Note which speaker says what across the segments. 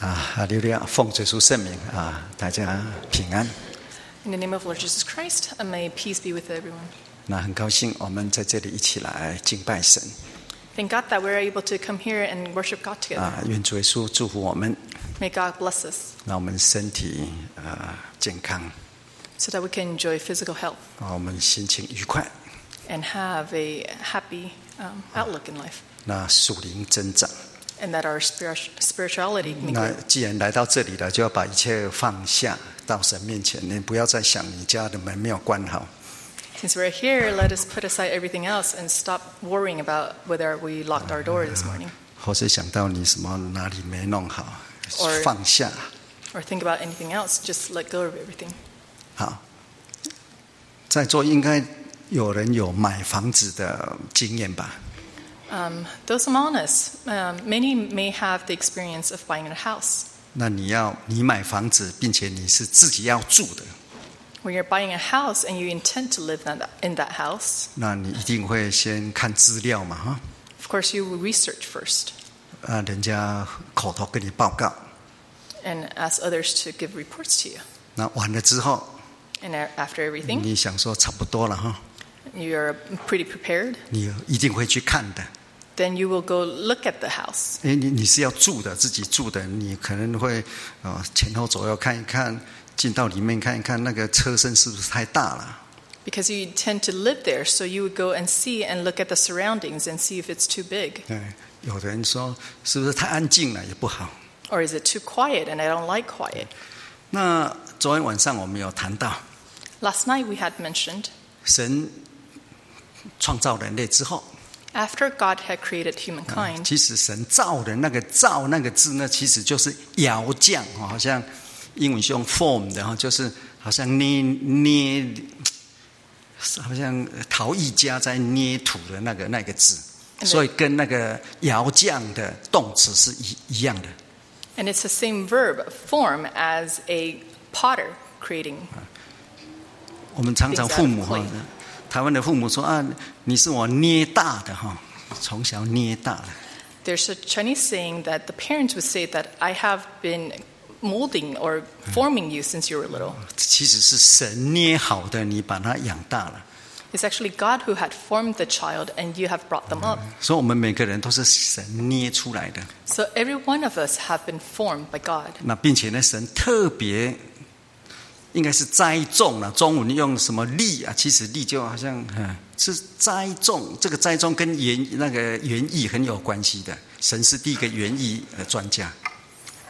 Speaker 1: 啊哈利路亚！奉主耶稣圣名啊，大家平安。
Speaker 2: In the name of Lord Jesus Christ, and may peace be with everyone.
Speaker 1: 那很高兴我们在这里一起来敬拜神
Speaker 2: Thank God that we're able to come here and worship God together.
Speaker 1: 啊！愿主耶稣祝福我们，
Speaker 2: May God bless us
Speaker 1: 让我们身体啊健康，
Speaker 2: so that we can enjoy physical health
Speaker 1: 让我们心情愉快，
Speaker 2: and have a happy um, outlook in life,
Speaker 1: 那属灵增长。
Speaker 2: and that our spirit- spirituality may
Speaker 1: 那
Speaker 2: grow.
Speaker 1: 既然来到这里了，就要把一切放下，到神面前。你不要再想你家的门没有关好，
Speaker 2: Since we're here, let us put aside everything else and stop worrying about whether we locked our door this morning
Speaker 1: 或是想到你什么哪里没弄好
Speaker 2: Or-，
Speaker 1: 放下。
Speaker 2: or think about anything else. Just let go of everything.
Speaker 1: 好，在座应该有人有买房子的经验吧？
Speaker 2: Um, those among us, um, many may have the experience of buying a house.
Speaker 1: 那你要你买房子，并且你是自己要住的，
Speaker 2: When you're buying a house and you intend to live in that, in that house,
Speaker 1: 那你一定会先看资料嘛，哈，
Speaker 2: of course you will research first
Speaker 1: 啊，人家口头跟你报告，
Speaker 2: and ask others to give reports to you.
Speaker 1: 那完了之后，
Speaker 2: And a- after everything,
Speaker 1: 你想说差不多了哈，
Speaker 2: you're pretty prepared,
Speaker 1: 你一定会去看的。
Speaker 2: then you will go look at the house.
Speaker 1: 哎，你你是要住的，自己住的，你可能会啊、呃前后左右看一看，进到里面看一看那个车身是不是太大了。
Speaker 2: Because you intend to live there, so you would go and see and look at the surroundings and see if it's too big
Speaker 1: 对，有的人说是不是太安静了也不好。
Speaker 2: or is it too quiet and I don't like quiet.
Speaker 1: 那昨天晚上我们有谈到，
Speaker 2: Last night we had mentioned
Speaker 1: 神创造人类之后，
Speaker 2: after God had created humankind,
Speaker 1: 啊其实神造人那个“造”那个字呢，其实就是窑匠哦，好像英文是用 form 的哈，就是好像捏捏，好像陶艺家在捏土的那个那个字，
Speaker 2: 对
Speaker 1: 所以跟那个窑匠的动词是一一样的。
Speaker 2: and it's the same verb form as a potter creating
Speaker 1: 我们常常父母哈
Speaker 2: Exactly.，
Speaker 1: 台湾的父母说啊，你是我捏大的哈，从小捏大的。
Speaker 2: There's a Chinese saying that the parents would say that I have been molding or forming you since you were little.
Speaker 1: 其实是神捏好的，你把它养大了。
Speaker 2: It's actually God who had formed the child and you have brought them up.
Speaker 1: 所以，我们每个人都是神捏出来的。
Speaker 2: So every one of us have been formed by God.
Speaker 1: 那并且呢，神特别应该是栽种了。中文用什么力啊？其实力就好像嗯是栽种，这个栽种跟园那个园艺很有关系的。神是第一个园艺呃专家。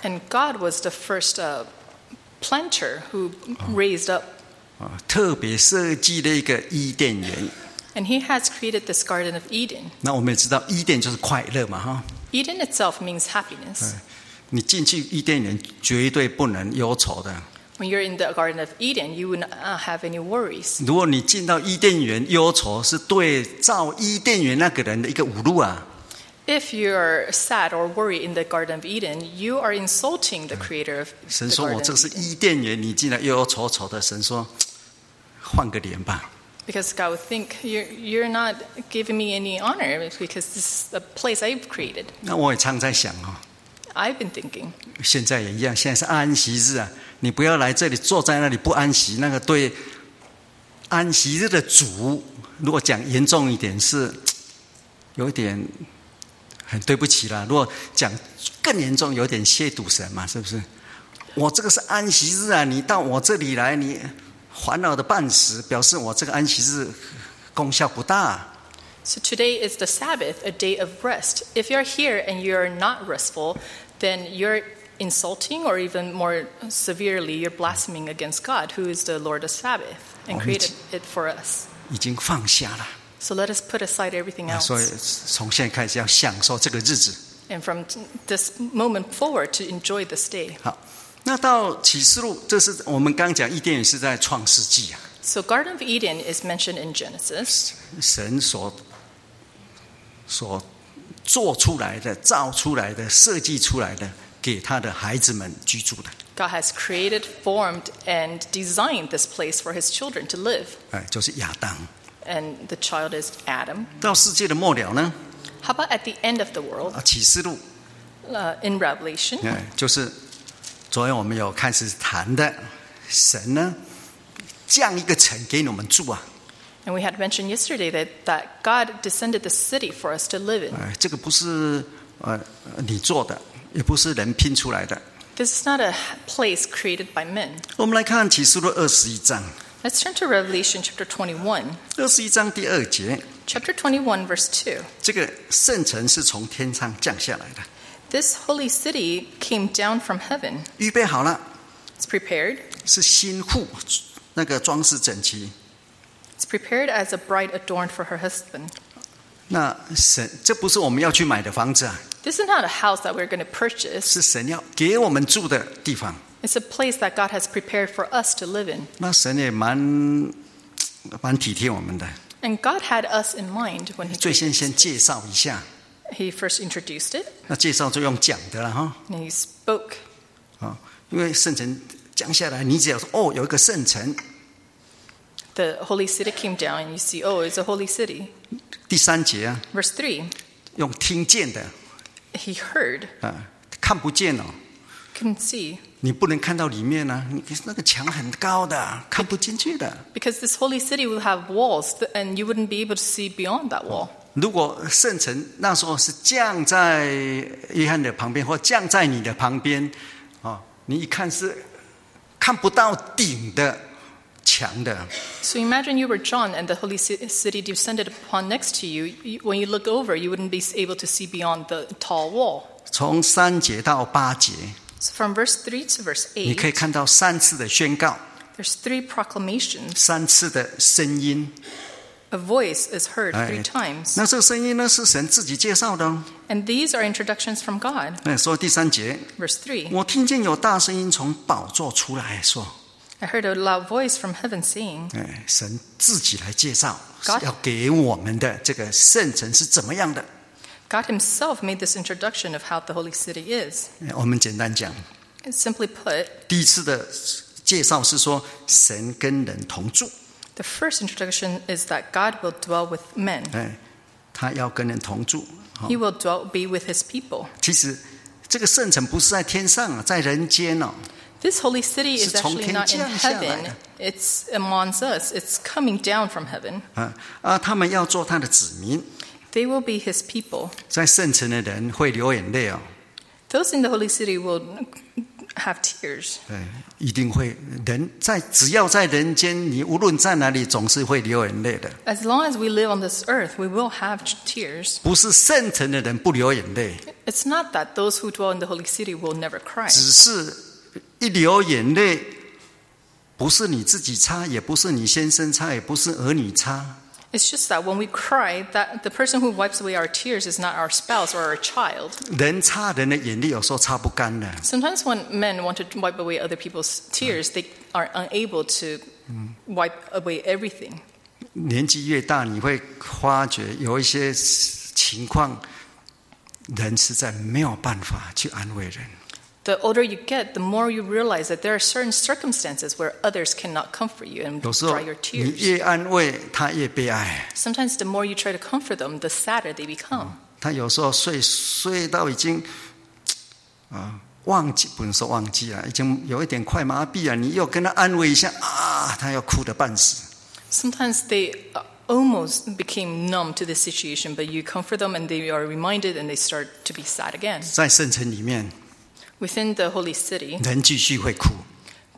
Speaker 2: And God was the first uh, planter who raised up
Speaker 1: 啊，特别设计了一个伊甸园。
Speaker 2: and he has created this garden of Eden.
Speaker 1: 那我们也知道，伊甸就是快乐嘛，哈！
Speaker 2: Eden itself means happiness.
Speaker 1: 你进去伊甸园，绝对不能忧愁的。
Speaker 2: When you're in the garden of Eden, you will not have any worries.
Speaker 1: 如果你进到伊甸园忧愁，是对造伊甸园那个人的一个侮辱啊！
Speaker 2: If you're sad or worried in the Garden of Eden, you are insulting the creator of
Speaker 1: 神
Speaker 2: the
Speaker 1: 说：“我
Speaker 2: Garden
Speaker 1: 这个
Speaker 2: of
Speaker 1: 是
Speaker 2: Eden.
Speaker 1: 伊甸园，你进来忧忧愁愁的。”神说：“换个脸吧。
Speaker 2: Because God would think, you're, you're not giving me any honor It's because this is the place I've created. ”
Speaker 1: 那我也常在想哦，
Speaker 2: I've been thinking.
Speaker 1: 现在也一样，现在是安息日啊，你不要来这里坐在那里不安息，那个对安息日的主，如果讲严重一点是有一点很对不起啦。如果讲更严重，有点亵渎神嘛，是不是？我这个是安息日啊，你到我这里来，你烦恼的半死，表示我这个安息日功效不大、
Speaker 2: So today is the Sabbath, a day of rest. If you're here and you're not restful, then you're insulting or even more severely, you're blaspheming against God, who is the Lord of Sabbath and
Speaker 1: Oh,
Speaker 2: created it for us.
Speaker 1: 已经放下了。
Speaker 2: So let us put aside everything
Speaker 1: 那
Speaker 2: else.
Speaker 1: 所以从现在开始要享受这个日子。
Speaker 2: and from t- this moment forward to enjoy this day.
Speaker 1: 好，那到启示录，这是我们刚讲伊甸园是在创世纪啊，
Speaker 2: So Garden of Eden is mentioned in Genesis.
Speaker 1: 神所所做出来的、造出来的、设计出来的，给他的孩子们居住的，
Speaker 2: God has created, formed, and designed this place for his children to live.
Speaker 1: 哎，就是亚当。
Speaker 2: And the child is Adam.
Speaker 1: 到世界的末了呢，
Speaker 2: How about at the end of the world
Speaker 1: 啊，启示录，
Speaker 2: uh, in Revelation?
Speaker 1: 哎，就是昨天我们有开始谈的，神呢降一个城给我们住啊，
Speaker 2: And we had mentioned yesterday that, that God descended the city for us to live in.
Speaker 1: 呃，这个不是呃你做的，也不是人拼出来的。
Speaker 2: This is not a place created by men.
Speaker 1: 我们来看启示录二十一章，
Speaker 2: Let's turn to Revelation chapter 21.
Speaker 1: 二十一章第二节，
Speaker 2: Chapter 21, verse 2.
Speaker 1: 这个圣城是从天上降下来的，
Speaker 2: This holy city came down from heaven.
Speaker 1: 预备好了，
Speaker 2: It's prepared.
Speaker 1: 是新妇，那个装饰整齐。
Speaker 2: It's prepared as a bride adorned for her husband.
Speaker 1: 那神，这不是我们要去买的房子啊，
Speaker 2: This is not a house that we're going to purchase.
Speaker 1: 是神要给我们住的地方。
Speaker 2: It's a place that God has prepared for us to live in.
Speaker 1: 那神也蛮蛮体贴我们的。
Speaker 2: And God had us in mind when he,
Speaker 1: 最先
Speaker 2: created
Speaker 1: 先介绍一下，
Speaker 2: he first introduced it.
Speaker 1: 那介绍就用讲的了哈
Speaker 2: And he spoke.
Speaker 1: 啊，因为圣城降下来，你只要说哦，有一个圣城。
Speaker 2: The holy city came down, and you see, oh, it's a holy city.
Speaker 1: 第三节啊，
Speaker 2: Verse 3
Speaker 1: 用听见的
Speaker 2: He heard,
Speaker 1: 啊，看不见哦，
Speaker 2: couldn't see.
Speaker 1: 你不能看到里面啊，你那个墙很高的，看不进去的。
Speaker 2: Because this holy city will have walls, th- and you wouldn't be able to see beyond that wall.
Speaker 1: 如果圣城那时候是降在约翰的旁边，或降在你的旁边，啊，你一看是看不到顶的墙的，
Speaker 2: So imagine you were John, and the holy ci- city descended upon next to you. You- When you look over, you wouldn't be able to see beyond the tall wall.
Speaker 1: 从三节到八节，
Speaker 2: So from verse 3 to verse
Speaker 1: 你可以
Speaker 2: 8,
Speaker 1: 看到三次的宣告，
Speaker 2: there's three proclamations.
Speaker 1: 三次的声音。
Speaker 2: A voice is heard three
Speaker 1: 哎
Speaker 2: times.
Speaker 1: 那这个声音呢，是神自己介绍的、哦。
Speaker 2: And these are introductions from God.
Speaker 1: 哎，说第三节，
Speaker 2: Verse 3
Speaker 1: 我听见有大声音从宝座出来说，
Speaker 2: I heard a loud voice from heaven saying,
Speaker 1: 哎，神自己来介绍
Speaker 2: God-
Speaker 1: 要给我们的这个圣城是怎么样的。
Speaker 2: God Himself made this introduction of how the holy city is.
Speaker 1: 哎我们简单讲，
Speaker 2: And Simply put,
Speaker 1: 第一次的介绍是说神跟人同住，
Speaker 2: the first introduction is that God will dwell with men.
Speaker 1: 哎，他要跟人同住。好
Speaker 2: He will dwell be with his people.
Speaker 1: 其实这个圣城不是在天上啊，在人间哦。
Speaker 2: This holy city is actually not in
Speaker 1: 是从天降下来的。
Speaker 2: heaven. It's amongst us. It's coming down from heaven.
Speaker 1: 啊啊，他们要做他的子民，
Speaker 2: They will be his people.
Speaker 1: 在圣城的人会流眼泪哦，
Speaker 2: Those in the holy city will have tears.
Speaker 1: 哎，一定会人在只要在人间，你无论在哪里，总是会流眼泪的。
Speaker 2: As long as we live on this earth, we will have tears.
Speaker 1: 不是圣城的人不流眼泪，
Speaker 2: It's not that those who dwell in the holy city will never cry.
Speaker 1: 只是一流眼泪，不是你自己擦，也不是你先生擦，也不是儿女擦，
Speaker 2: It's just that when we cry, that the person who wipes away our tears is not our spouse or our child.
Speaker 1: 人擦人的眼泪，有时候擦不干的。
Speaker 2: Sometimes when men want to wipe away other people's tears, they are unable to wipe away everything.
Speaker 1: 年纪越大，你会发觉有一些情况，人实在没有办法去安慰人。
Speaker 2: The older you get, the more you realize that there are certain circumstances where others cannot comfort you and
Speaker 1: 有时候
Speaker 2: dry your
Speaker 1: 你
Speaker 2: tears.
Speaker 1: 越安慰他越悲哀，
Speaker 2: Sometimes the more you try to comfort them, the sadder they become.
Speaker 1: 他有时候睡睡到已经啊忘记，不能说忘记啊了，已经有一点快麻痹了。你又跟他安慰一下啊，他要哭得半死。
Speaker 2: Sometimes they uh, almost became numb to the situation, but you comfort them and they are reminded and they start to be sad again.
Speaker 1: 在圣城里面，
Speaker 2: Within the holy city,
Speaker 1: 人继续会哭，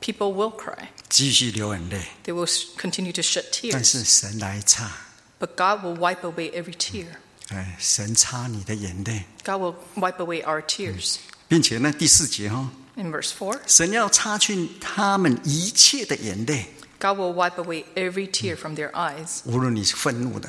Speaker 2: people will cry.
Speaker 1: 继续流眼泪，
Speaker 2: They will s- continue to shed
Speaker 1: 但
Speaker 2: tears,
Speaker 1: 是神来擦，
Speaker 2: but God will wipe away every tear.
Speaker 1: 哎，神擦你的眼泪，
Speaker 2: God will wipe away our tears.
Speaker 1: 并且呢，第四节哈、哦。
Speaker 2: In verse 4,
Speaker 1: 神要擦去他们一切的眼泪，
Speaker 2: God will wipe away every tear from their eyes,
Speaker 1: 无论你是愤怒的，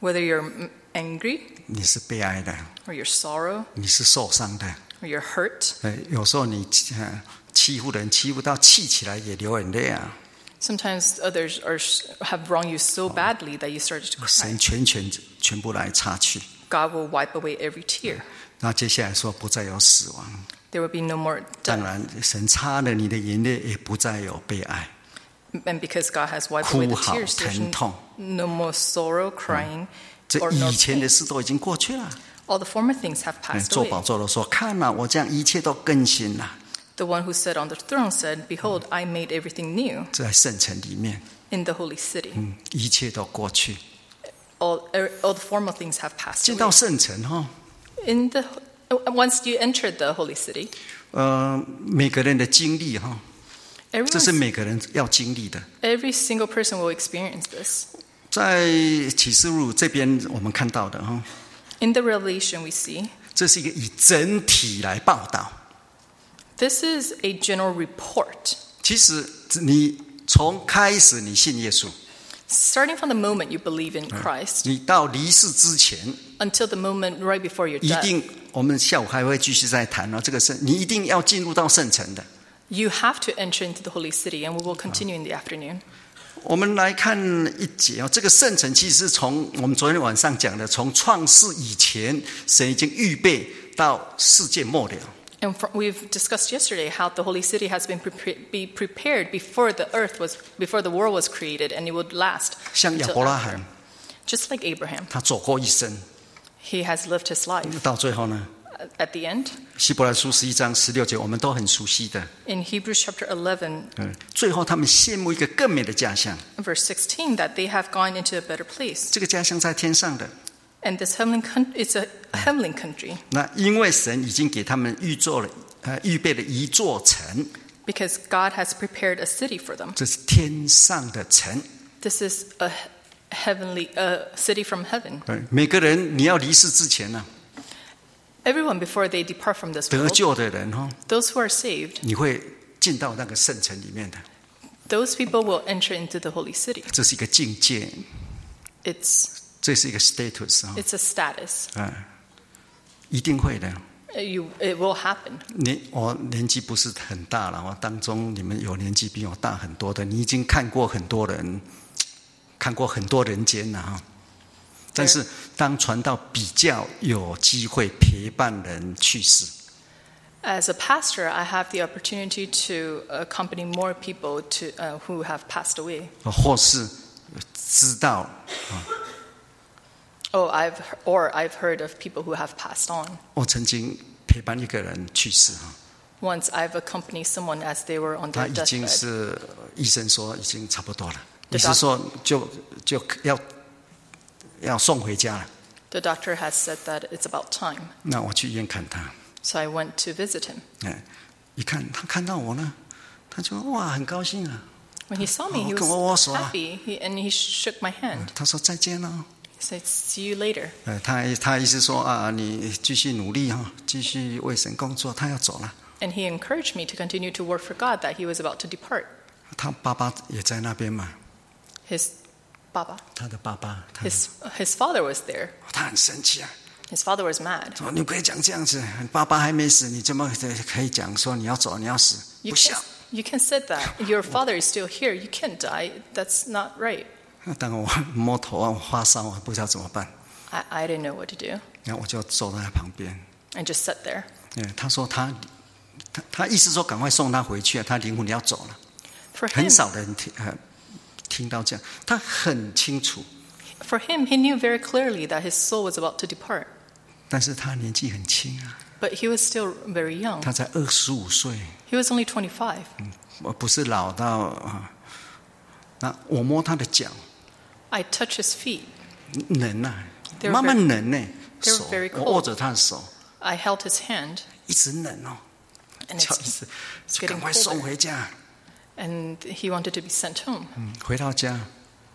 Speaker 2: whether you're mm, angry
Speaker 1: 你是悲哀的，
Speaker 2: or you're sorrow
Speaker 1: 你是受伤的。
Speaker 2: or you're hurt.
Speaker 1: 呃，有时候你呃欺负人，欺负到气起来也流眼泪啊。
Speaker 2: Sometimes others are, s- have wronged you so badly that you start to cry.
Speaker 1: 神全全全部来擦去。
Speaker 2: God will wipe away every tear.
Speaker 1: 那接下来说不再有死亡，
Speaker 2: There will be no more
Speaker 1: 当
Speaker 2: death.
Speaker 1: 然神擦了你的眼泪，也不再有悲哀、
Speaker 2: And because God has wiped away
Speaker 1: 哭
Speaker 2: the
Speaker 1: 嚎、
Speaker 2: tears, there's
Speaker 1: 疼
Speaker 2: n-
Speaker 1: 痛。
Speaker 2: no more sorrow, crying,
Speaker 1: 这
Speaker 2: or no
Speaker 1: 以前的
Speaker 2: pain.
Speaker 1: 事都已经过去了。
Speaker 2: All the former things have
Speaker 1: 嗯
Speaker 2: passed
Speaker 1: 做
Speaker 2: away.
Speaker 1: 宝座的说：“看了、我将一切都更新了。
Speaker 2: The one who sat on the throne said, Behold, I made everything new
Speaker 1: 在圣城里面，
Speaker 2: in the holy city.
Speaker 1: 嗯，一切都过去。
Speaker 2: All, er, all the former things have passed
Speaker 1: 进到
Speaker 2: away.
Speaker 1: 圣城哦哈，
Speaker 2: In the, oh, uh, once you entered the holy city,
Speaker 1: 呃，每个人的经历哈，这是
Speaker 2: everyone,
Speaker 1: 每个人要经历的。
Speaker 2: every single person will experience this.
Speaker 1: 在启示录这边我们看到的哈，
Speaker 2: In the Revelation, we see
Speaker 1: 这是一个以整体来报道。
Speaker 2: this is a general report.
Speaker 1: 其实你从开始你信耶稣，
Speaker 2: Starting from the moment you believe in Christ
Speaker 1: 你到离世之前，
Speaker 2: until the moment right before your
Speaker 1: 一
Speaker 2: death,
Speaker 1: 定我们下午还会继续再谈哦。这个圣，你一定要进入到圣城的。
Speaker 2: you have to enter into the holy city, and we will continue in the afternoon.
Speaker 1: 我们来看一节哦，这个圣城其实是从我们昨天晚上讲的，从创世以前，神已经预备到世界末了。
Speaker 2: And fr we've discussed yesterday how the holy city has been prepa- be prepared before the earth was before the world was created, and it would last
Speaker 1: 像亚
Speaker 2: until
Speaker 1: 伯拉
Speaker 2: after.
Speaker 1: 罕，
Speaker 2: Just like Abraham,
Speaker 1: 他走过一生，
Speaker 2: he has lived his life.
Speaker 1: 到最后呢，
Speaker 2: At the end,
Speaker 1: 希伯来书十一章十六节，我们都很熟悉的。
Speaker 2: in Hebrews chapter 11,
Speaker 1: 嗯，最后他们羡慕一个更美的家乡，
Speaker 2: verse 16, that they have gone into a better place.
Speaker 1: 这个家乡在天上的。
Speaker 2: And this heavenly con- it's a heavenly country
Speaker 1: 那因为神已经给他们预做了，呃，预备了一座城，
Speaker 2: because God has prepared a city for them.
Speaker 1: 这是天上的城。
Speaker 2: This is a he- heavenly a city from heaven.
Speaker 1: 对，每个人你要离世之前呢、
Speaker 2: Everyone before they depart from this
Speaker 1: 得
Speaker 2: world,
Speaker 1: 救的人哦，
Speaker 2: those who are saved,
Speaker 1: 你会进到那个圣城里面的，
Speaker 2: those people will enter into the holy city.
Speaker 1: 这是一个境界，
Speaker 2: It's
Speaker 1: 这是一个 status 啊、
Speaker 2: it's a status.
Speaker 1: 嗯，一定会的。
Speaker 2: You it will happen.
Speaker 1: 年我年纪不是很大了，我哦当中你们有年纪比我大很多的，你已经看过很多人，看过很多人间了哈。但是当传到比较有机会陪伴人去世，
Speaker 2: As a pastor, I have the opportunity to accompany more people to uh, who have passed away.
Speaker 1: 或是知道
Speaker 2: Oh, I've he- or I've heard of people who have passed on.
Speaker 1: 我哦曾经陪伴一个人去世哈，
Speaker 2: Once I've accompanied someone as they were on
Speaker 1: 他
Speaker 2: their
Speaker 1: 已经
Speaker 2: deathbed.
Speaker 1: 是医生说已经差不多了，医
Speaker 2: 对
Speaker 1: 生
Speaker 2: 吧
Speaker 1: 说就就要要送回家了，
Speaker 2: The doctor has said that it's about time.
Speaker 1: 那我去医院看他。
Speaker 2: So I went to visit him.
Speaker 1: 哎，一看他看到我呢，他就哇很高兴啊，
Speaker 2: When he saw me, he
Speaker 1: Oh, come on,
Speaker 2: was
Speaker 1: Sora.
Speaker 2: happy he, and he shook my hand.
Speaker 1: 哦他说再见了、
Speaker 2: He said, See you later.
Speaker 1: 呃，他他意思说啊，你继续努力哈、继续为神工作。他要走了，
Speaker 2: And he encouraged me to continue to work for God that he was about to depart.
Speaker 1: 他爸爸也在那边嘛，
Speaker 2: His Baba,
Speaker 1: 他的爸爸，他
Speaker 2: his, his father was there.
Speaker 1: 他很生气啊，
Speaker 2: His father was mad.
Speaker 1: 说你不可以讲这样子，你爸爸还没死，你怎么可以讲说你要走你要死？
Speaker 2: You
Speaker 1: 不孝
Speaker 2: can't,。you can't say that. Your father is still here. You can't die. That's not right.
Speaker 1: 那当然我摸头啊，我发烧，我不知道怎么办，
Speaker 2: I, I didn't know what to do.
Speaker 1: 然后我就坐在他旁边。
Speaker 2: I just sat there.
Speaker 1: 嗯，他说他他他意思说赶快送他回去啊，他灵魂要走了。
Speaker 2: For him,
Speaker 1: 很少人听呃听到这样，他很清楚，
Speaker 2: for him, he knew very clearly that his soul was about to depart.
Speaker 1: 但是他年纪很轻啊，
Speaker 2: But he was still very young.
Speaker 1: 他才二十五岁，
Speaker 2: He was only 25.
Speaker 1: 我不是老到啊。那我摸他的脚，
Speaker 2: I touched his feet.
Speaker 1: 能啊，
Speaker 2: They're
Speaker 1: 慢慢能呢、
Speaker 2: they're
Speaker 1: 手
Speaker 2: very，cold
Speaker 1: 我握着他的手，
Speaker 2: I held his hand,
Speaker 1: 一直能哦，
Speaker 2: and,
Speaker 1: 叫一
Speaker 2: it's,
Speaker 1: 直，就赶快
Speaker 2: colder
Speaker 1: 送回家。
Speaker 2: and he wanted to be sent home.
Speaker 1: 嗯，回到家，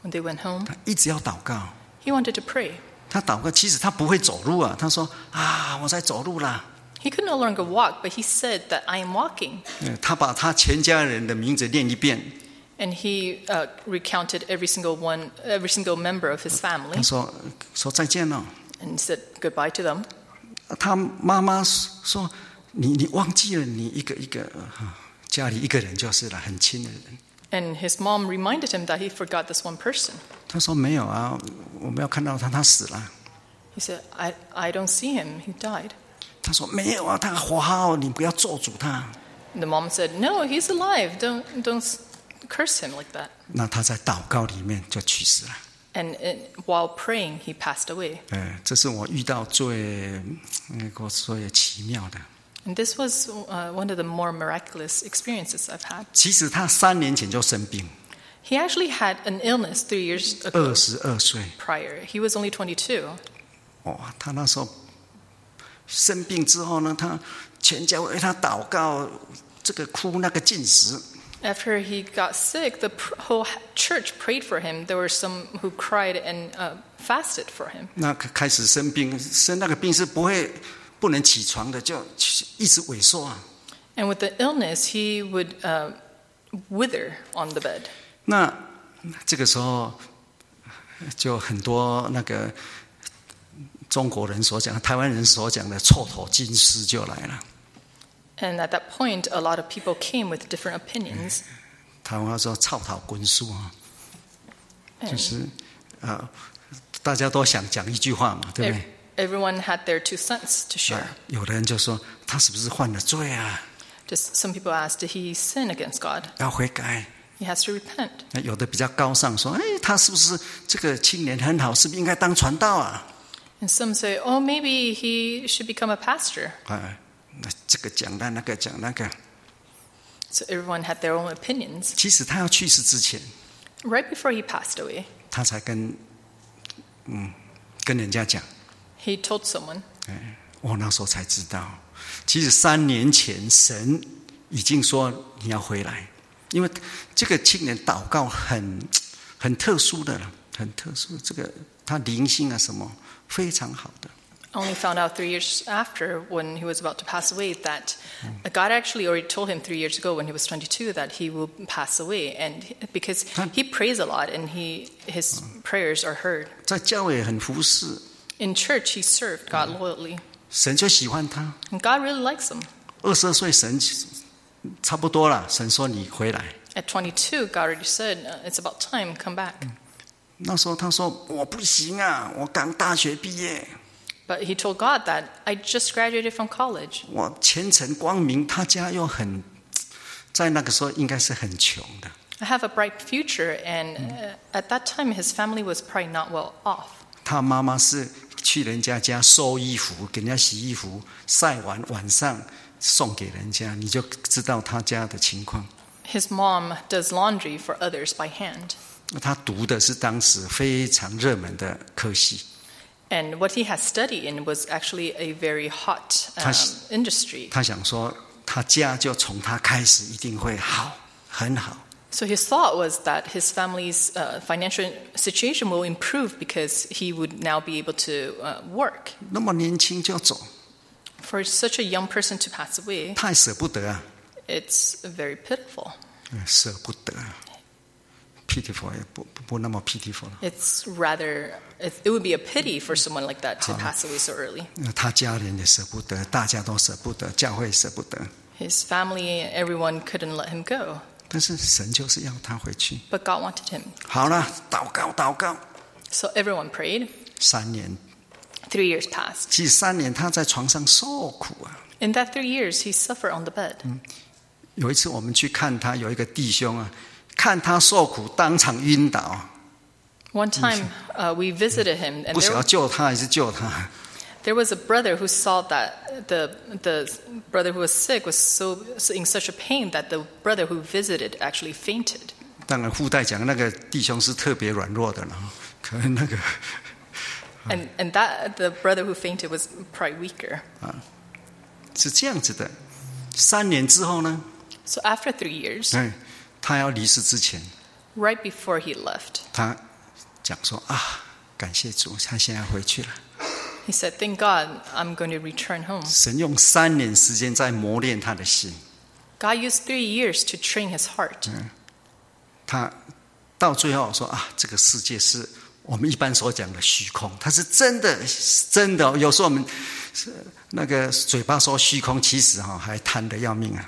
Speaker 2: When they went home,
Speaker 1: 他一直要祷告，
Speaker 2: he wanted to pray.
Speaker 1: 他祷告，其实他不会走路啊，他说啊，我在走路啦。
Speaker 2: He could no longer walk, but he said that I am walking.
Speaker 1: 嗯，他把他全家人的名字念一遍，
Speaker 2: And he uh, recounted every single one, every single member of his
Speaker 1: 他
Speaker 2: family,
Speaker 1: 说说再见了、哦
Speaker 2: and said goodbye to them.
Speaker 1: 他妈妈说：“你你忘记了，你一个一个呃家里一个人就是了，很亲的人。
Speaker 2: And his mom reminded him that he forgot this one person. ”
Speaker 1: 他说：“没有啊，我没有看到他，他死了。
Speaker 2: He said, I, I don't see him. He died. ”
Speaker 1: 他说：“没有啊，他活好，你不要做主他。
Speaker 2: And the mom said, No, he's alive. Don't, don't s- curse him like that. ”
Speaker 1: 那他在祷告里面就去世了。
Speaker 2: And, and while praying,
Speaker 1: 呃
Speaker 2: he passed away.
Speaker 1: 呃，这是我遇到最那个最奇妙的。
Speaker 2: And this was uh, one of the more miraculous experiences I've had.
Speaker 1: 其实他三年前就生病，
Speaker 2: He actually had an illness three years ago
Speaker 1: 二十二岁，
Speaker 2: prior. He was only 22.
Speaker 1: 哇、他那时候生病之后呢，他全家为他祷告，这个哭那个进食，
Speaker 2: After he got sick, the pr- whole h- church prayed for him. There were some who cried and uh, fasted for him.
Speaker 1: 那开始生病，生那个病是不会不能起床的，就一直萎缩啊。
Speaker 2: And with the illness, he would uh, wither on the bed.
Speaker 1: 那这个时候就很多那个中国人所讲、台湾人所讲的臭头金丝就来了。
Speaker 2: And at that point, a lot of people came with different opinions.
Speaker 1: 台湾话说“臭头滚书”啊，就
Speaker 2: And
Speaker 1: 是呃，大家都想讲一句话嘛，对不
Speaker 2: ev-
Speaker 1: 对？
Speaker 2: everyone had their two cents to share.
Speaker 1: 啊有的人就说他是不是犯了罪啊？
Speaker 2: Just some people asked, did he sin against God?
Speaker 1: 要悔改。
Speaker 2: He has to repent.
Speaker 1: 那有的比较高尚，说：“哎，他是不是这个青年很好？是不是应该当传道啊？”
Speaker 2: And some say, oh, maybe he should become a pastor.
Speaker 1: 啊，那这个讲那那个讲那个，
Speaker 2: So everyone had their own opinions.
Speaker 1: 其实他要去世之前，
Speaker 2: Right before he passed away,
Speaker 1: 他才跟嗯跟人家讲，
Speaker 2: he told someone,
Speaker 1: 哎，我那时候才知道，其实三年前神已经说你要回来，因为这个青年祷告很很特殊的了，很特殊，这个他灵性啊什么非常好的。
Speaker 2: I only found out three years after when he was about to pass away that God actually already told him three years ago when he was 22 that he will pass away. And he- because
Speaker 1: Huh?
Speaker 2: he prays a lot and he, his prayers are heard.
Speaker 1: 在教会很服侍，
Speaker 2: In church, he served God loyally.
Speaker 1: 神就喜欢他。
Speaker 2: And God really likes him.
Speaker 1: 二十二岁，神差不多了，神说你回来。
Speaker 2: At 22, God already said, "Uh, it's about time, come back.
Speaker 1: 那时候他说：“我不行啊，我刚大学毕业，
Speaker 2: But he told God that I just graduated from college.
Speaker 1: 我前程光明。”他家又很，在那个时候应该是很穷的。
Speaker 2: I have a bright future. And uh, at that time, his family was probably not well off.
Speaker 1: 他妈妈是去人家家收衣服，给人家洗衣服，晒完晚上送给人家，你就知道他家的情况。
Speaker 2: His mom does laundry for others by hand.
Speaker 1: 他读的是当时非常热门的科系，
Speaker 2: And what he has studied in was actually a very hot um,
Speaker 1: 他是-
Speaker 2: industry.
Speaker 1: 他想说他家就从他开始一定会好，很好。
Speaker 2: So his thought was that his family's uh, financial situation will improve because he would now be able to uh, work.
Speaker 1: 那么年轻就走，
Speaker 2: For such a young person to pass away,
Speaker 1: 太舍不得啊。
Speaker 2: it's very pitiful.
Speaker 1: 舍不得，pitiful 也不不不那么 pitiful 了。
Speaker 2: It's rather, it, it would be a pity for someone like that to
Speaker 1: Huh.
Speaker 2: pass away so early.
Speaker 1: 那他家人也舍不得，大家都舍不得，教会舍不得。
Speaker 2: His family, everyone couldn't let him go,
Speaker 1: 但是神就是要他回去。
Speaker 2: but God wanted him.
Speaker 1: 好了，祷告祷告。
Speaker 2: So everyone prayed.
Speaker 1: 三年，
Speaker 2: Three years passed.
Speaker 1: 其实三年他在床上受苦啊。
Speaker 2: In that three years, he suffered on the bed.
Speaker 1: 有一次我们去看他，有一个弟兄啊，看他受苦，当场晕倒，啊
Speaker 2: One time, uh, we visited him, and
Speaker 1: 不晓
Speaker 2: there,
Speaker 1: 得救他还是救他。
Speaker 2: there was a brother who saw that the the brother who was sick was so, so in such a pain that the brother who visited actually fainted.
Speaker 1: 当然附带讲，那个弟兄是特别软弱的了，可能那个
Speaker 2: And and that the brother who fainted was probably weaker.
Speaker 1: 是这样子的。三年之后呢，
Speaker 2: So after three years,
Speaker 1: 哎，他要离世之前，
Speaker 2: right before he left,
Speaker 1: 他讲说啊，感谢主，他现在回去了。
Speaker 2: he said, "Thank God, I'm going to return home."
Speaker 1: 神用三年时间在磨练他的心，
Speaker 2: God used three years to train his heart.
Speaker 1: 他到最后说啊，这个世界是我们一般所讲的虚空，它是真的，是真的哦。有时候我们是那个嘴巴说虚空，其实哈还贪得要命啊。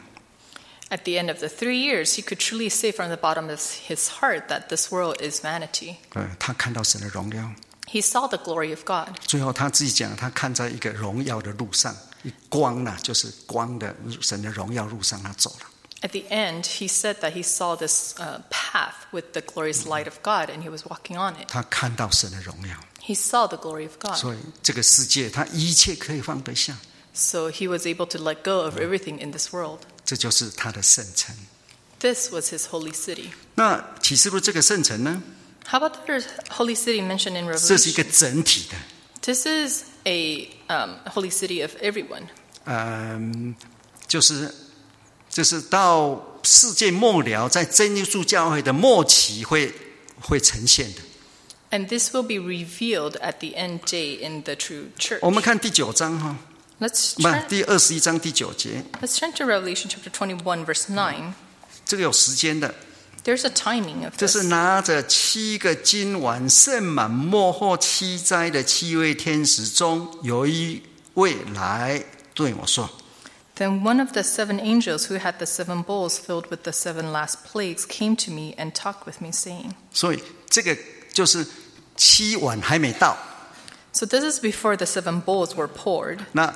Speaker 2: At the end of the three years, he could truly say from the bottom of his heart that this world is vanity.
Speaker 1: 呃，他看到神的荣耀，
Speaker 2: He saw the glory of God.
Speaker 1: 最后他自己讲，他看在一个荣耀的路上，光呢、就是光的神的荣耀路上，他走了。
Speaker 2: At the end, he said that he saw this uh, path with the glorious light of God and he was walking on it.
Speaker 1: 他看到神的荣耀。
Speaker 2: 啊 He saw the glory of God.
Speaker 1: 所以这个世界，他一切可以放得下，
Speaker 2: So he was able to let go of everything in this world.
Speaker 1: 这就是他的圣城。
Speaker 2: This was his holy city.
Speaker 1: 那启示录这个圣城呢，
Speaker 2: How about the other holy city mentioned in
Speaker 1: 这是一个
Speaker 2: Revelation?
Speaker 1: 整体的，
Speaker 2: This is a um, holy city of everyone.
Speaker 1: 嗯，就是就是到世界末了，在真耶稣教会的末期会会呈现的。
Speaker 2: And this will be revealed at the end day in the true church.
Speaker 1: 我们看第九章哈，
Speaker 2: Let's
Speaker 1: 不
Speaker 2: turn,，
Speaker 1: 第二十一章第九节，
Speaker 2: let's turn to Revelation chapter 21, verse 9.
Speaker 1: 这个有时间的，
Speaker 2: There's a timing of
Speaker 1: 这是
Speaker 2: this.
Speaker 1: 拿着七个金碗盛满末后七灾的七位天使中，有一位来对我说
Speaker 2: Then one of the seven angels who had the seven bowls filled with the seven last plagues came to me and talked with me, saying,：“
Speaker 1: 所以这个就是七碗还没到，
Speaker 2: So this is before the seven bowls were poured,
Speaker 1: 那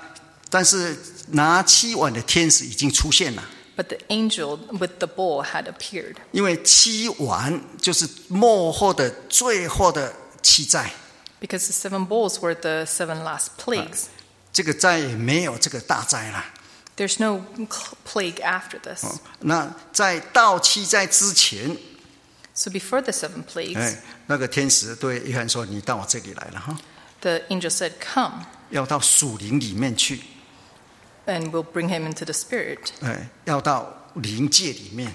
Speaker 1: 但是拿七碗的天使已经出现了。”
Speaker 2: but the angel with the bowl had appeared.
Speaker 1: 因为七碗就是幕后的最后的七灾，
Speaker 2: Because the seven bowls were the seven last plagues.
Speaker 1: 这个再也没有这个大灾了。哦
Speaker 2: There's no cl- plague after this.
Speaker 1: 那在到七灾之前，
Speaker 2: So before the seven plagues,
Speaker 1: 哎，那个天使对约翰说：“你到我这里来了哈，
Speaker 2: the angel said, Come,
Speaker 1: 要到属灵里面去，
Speaker 2: and we'll bring him into the spirit,
Speaker 1: 哎，要到灵界里面，